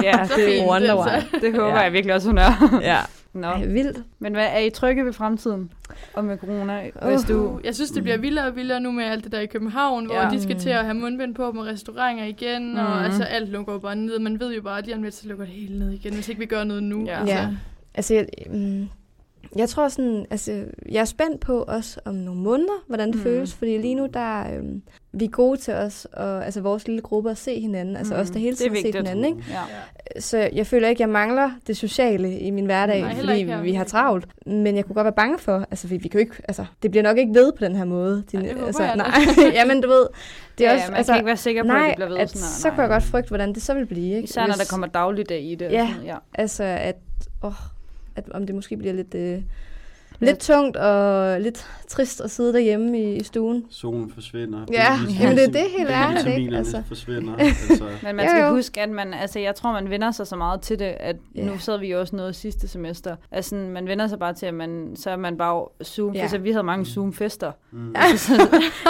B: ja,
D: Så
B: det,
D: fint,
E: Wonder
D: altså.
B: det håber
E: Ja.
B: ja. jeg virkelig også, hun er.
E: ja.
B: Nå.
E: Ej, vildt.
B: Men hvad, er I trygge ved fremtiden? Og med corona? Uh. Hvis du...
D: Uh, Jeg synes, det bliver vildere og vildere nu med alt det der i København, hvor
B: Ja.
D: de skal til at have mundbind på med restauranter igen, mm.
B: Mhm.
D: og altså alt lukker jo bare ned. Man ved jo bare, at lige om lidt, så lukker det hele ned igen, hvis ikke vi gør noget nu.
B: Ja.
D: Altså.
E: Ja. Altså, jeg, mm, jeg tror sådan, altså, jeg er spændt på også om nogle måneder, hvordan det mm.
B: Mm.
E: føles, fordi lige nu, der øhm, vi er gode til os, og, altså vores lille gruppe, at se hinanden, altså
B: Mm.
E: os, der hele
B: Det er
E: tiden har set
B: vigtigt.
E: hinanden, ikke?
B: Ja.
D: Ja.
E: Så jeg føler ikke, jeg mangler det sociale i min hverdag,
D: Nej,
E: Nej,
D: heller
E: fordi
D: ikke her.
E: vi har travlt. Men jeg kunne godt være bange for, altså vi, vi kan jo ikke, altså det bliver nok ikke ved på den her måde. Din,
D: det håber
E: altså,
D: jeg da.
E: nej, jamen du ved, det er
B: ja,
E: også,
B: man
E: altså,
B: kan ikke være sikker på, at
E: nej,
B: det bliver ved
E: at,
B: sådan her.
E: så
B: Nej.
E: kunne jeg godt frygte, hvordan det så vil blive. Ikke?
B: Især når der kommer dagligdag i det. og
E: Ja.
B: sådan noget, ja.
E: Altså, at, åh, at om det måske bliver lidt, øh, lidt tungt og lidt trist at sidde derhjemme i, i stuen.
C: Solen forsvinder. ligesom-
E: Ja,
C: B-
E: jamen det er det helt ærligt, ikke?
C: B-vitaminerne
E: Altså.
C: forsvinder. Altså,
B: Men man
E: Jo,
B: skal
E: jo.
B: huske, at man, altså jeg tror, man vender sig så meget til det, at
E: Ja.
B: nu sad vi jo også noget sidste semester. Altså man vender sig bare til, at man, så er man bare Zoom.
E: Ja.
B: Ja. Altså vi havde mange Zoom-fester.
C: mm.
E: Altså,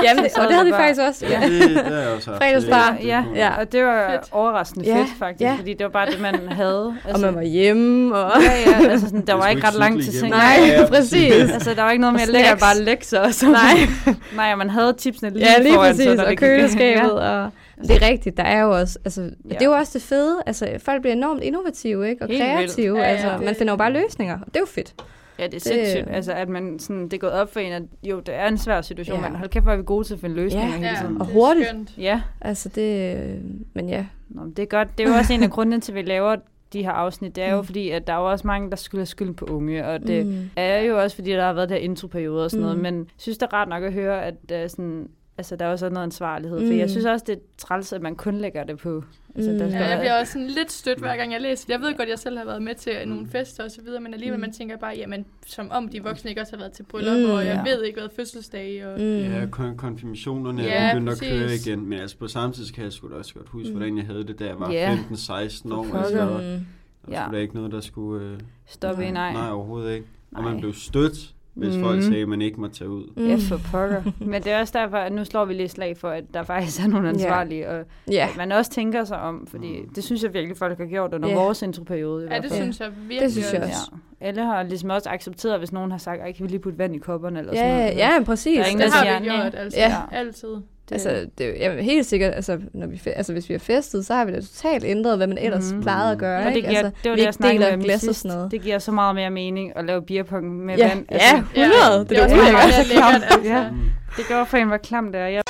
E: Jamen,
B: det- og det havde vi faktisk
E: også.
C: ja. det, det er også
E: Fredagsbar.
B: Ja,
E: Ah. Ja.
B: ja, og det var
D: Fedt.
B: fedt. overraskende
E: Ja,
B: fedt faktisk,
E: ja.
B: fordi det var bare det, man havde. Altså,
E: Og man var hjemme, og...
B: ja, ja, altså sådan, der var ikke ret langt til sengen.
E: Nej, præcis.
B: Altså, der var ikke noget med, at
E: Og
B: lægge
E: snacks.
B: bare lektier og sådan.
E: Nej,
B: Nej, og man havde tipsene lige,
E: ja, lige
B: foran sig,
E: præcis,
B: når
E: og
B: det gik.
E: køleskabet, og... Det er rigtigt, der er jo også, altså, ja. det er jo også det fede, altså, folk bliver enormt innovative, ikke, og
B: Helt vildt.
E: kreative,
D: Ja, ja,
E: altså,
D: det-
E: man finder jo bare løsninger, og det er jo fedt.
B: Ja, det er sindssygt. Altså, at man sådan, det er gået op for en, at jo, det er en svær situation,
E: Ja.
B: ja. men hold kæft, hvor er vi gode til at finde løsninger
E: Ja.
B: ja. hele tiden.
E: Og
D: det er
E: hurtigt.
D: skønt.
B: Ja,
E: Altså, det, øh, men ja,
B: Nå, men det er godt. Det er jo også en af grundene til, at vi laver de her afsnit. Det er jo fordi, at der er jo også mange, der skylder skylden på unge, og det
E: Mm.
B: mm. er jo også fordi, der har været der introperioder og sådan mm.
E: Mm.
B: noget, men jeg synes, det er rart nok at høre, at uh, sådan, altså, der er også er noget ansvarlighed, for
E: Mm.
B: jeg synes også, det er træls, at man kun lægger det på. Altså,
E: Mm.
B: der
E: Ja,
B: skal
D: Ja, jeg
B: være-
D: bliver også sådan lidt stødt, hver gang jeg læser. det. Jeg ved godt, jeg selv har været med til nogle fester og så videre, men alligevel,
E: Mm.
D: man tænker bare, jamen, som om de voksne ikke også har været til bryllup,
E: Mm,
D: og jeg
B: ja.
D: ved ikke, hvad fødselsdage og...
E: mm.
C: Ja, kon- konfirmationerne
D: Ja,
C: er begyndt at
D: præcis.
C: køre igen, men altså på samme tid kan jeg sgu da også godt huske,
E: Mm.
C: hvordan jeg havde det, da jeg var
B: Ja.
C: 15-16 år.
B: For
C: Altså,
B: pokker.
C: der
E: Mm.
B: Ja.
C: var sgu da ikke noget, der skulle... Øh,
B: Stop i nej.
C: nej, overhovedet ikke. Og
B: Nej.
C: man blev stødt, hvis
B: Mm.
C: folk sagde, at man ikke må tage ud.
E: Mm.
B: Ja, for pokker. Men det er også derfor, at nu slår vi lidt slag for, at der faktisk er nogle
E: Ja.
B: ansvarlige, og
E: Ja,
B: at man også tænker sig om, fordi
C: Mm.
B: det synes jeg virkelig, folk har gjort under
E: Ja.
B: yeah. vores introperiode. i
D: Ja,
B: hvert
D: det
B: fald.
D: synes jeg virkelig.
E: Det synes jeg
D: også.
E: også.
B: Ja. Alle har ligesom også accepteret, hvis nogen har sagt, at kan vi lige putte vand i kopperne eller sådan
E: ja,
B: noget.
E: ja, præcis.
B: Der er ingen,
D: Det
E: altså,
B: der
D: har vi
B: siger,
D: gjort,
B: "Næ."
D: altså.
E: Ja.
D: Altid.
B: Det-
E: Altså, det, er jo- jamen, helt sikkert, altså, når vi, fe- altså, hvis vi har festet, så har vi da totalt ændret, hvad man ellers mm.
B: Mhm.
E: plejede at gøre.
B: og det
E: ikke?
B: giver,
E: altså,
B: det var
E: vi
B: det, jeg
E: ikke
B: snakkede
E: deler
B: med dem
E: glas og
B: sidst.
E: sådan noget.
B: Det giver så meget mere mening at lave beerpong med
E: ja,
B: vand. Altså,
E: ja, 100.
D: Ja, det
E: det, det
D: er
E: var
D: også meget
E: det, jeg var så
D: lækkert,
E: klar.
D: altså.
B: Ja.
C: Mm.
B: Det gjorde for en, hvor klam det er. Jeg...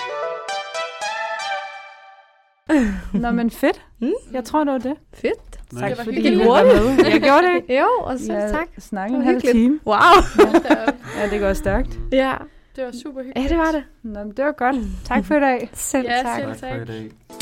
B: Nå, men fedt.
E: Mm.
B: Jeg tror, det var det.
E: Fedt.
D: Det var
B: fordi
D: hyggeligt.
B: I ville være med. Jeg gjorde det.
E: Jo, og så
B: Jeg
E: tak.
B: Snakke
E: Det
B: en
E: var
B: halv
E: hyggeligt.
B: time.
E: Wow.
D: Hold da op.
B: Ja, det går stærkt.
E: Ja,
D: Det var super hyggeligt.
E: ja det var det. Mm.
B: Nå, men det var godt. Tak for i dag.
E: Selv
D: Ja,
E: tak.
D: selv
C: Tak for i
D: tak.
C: dag.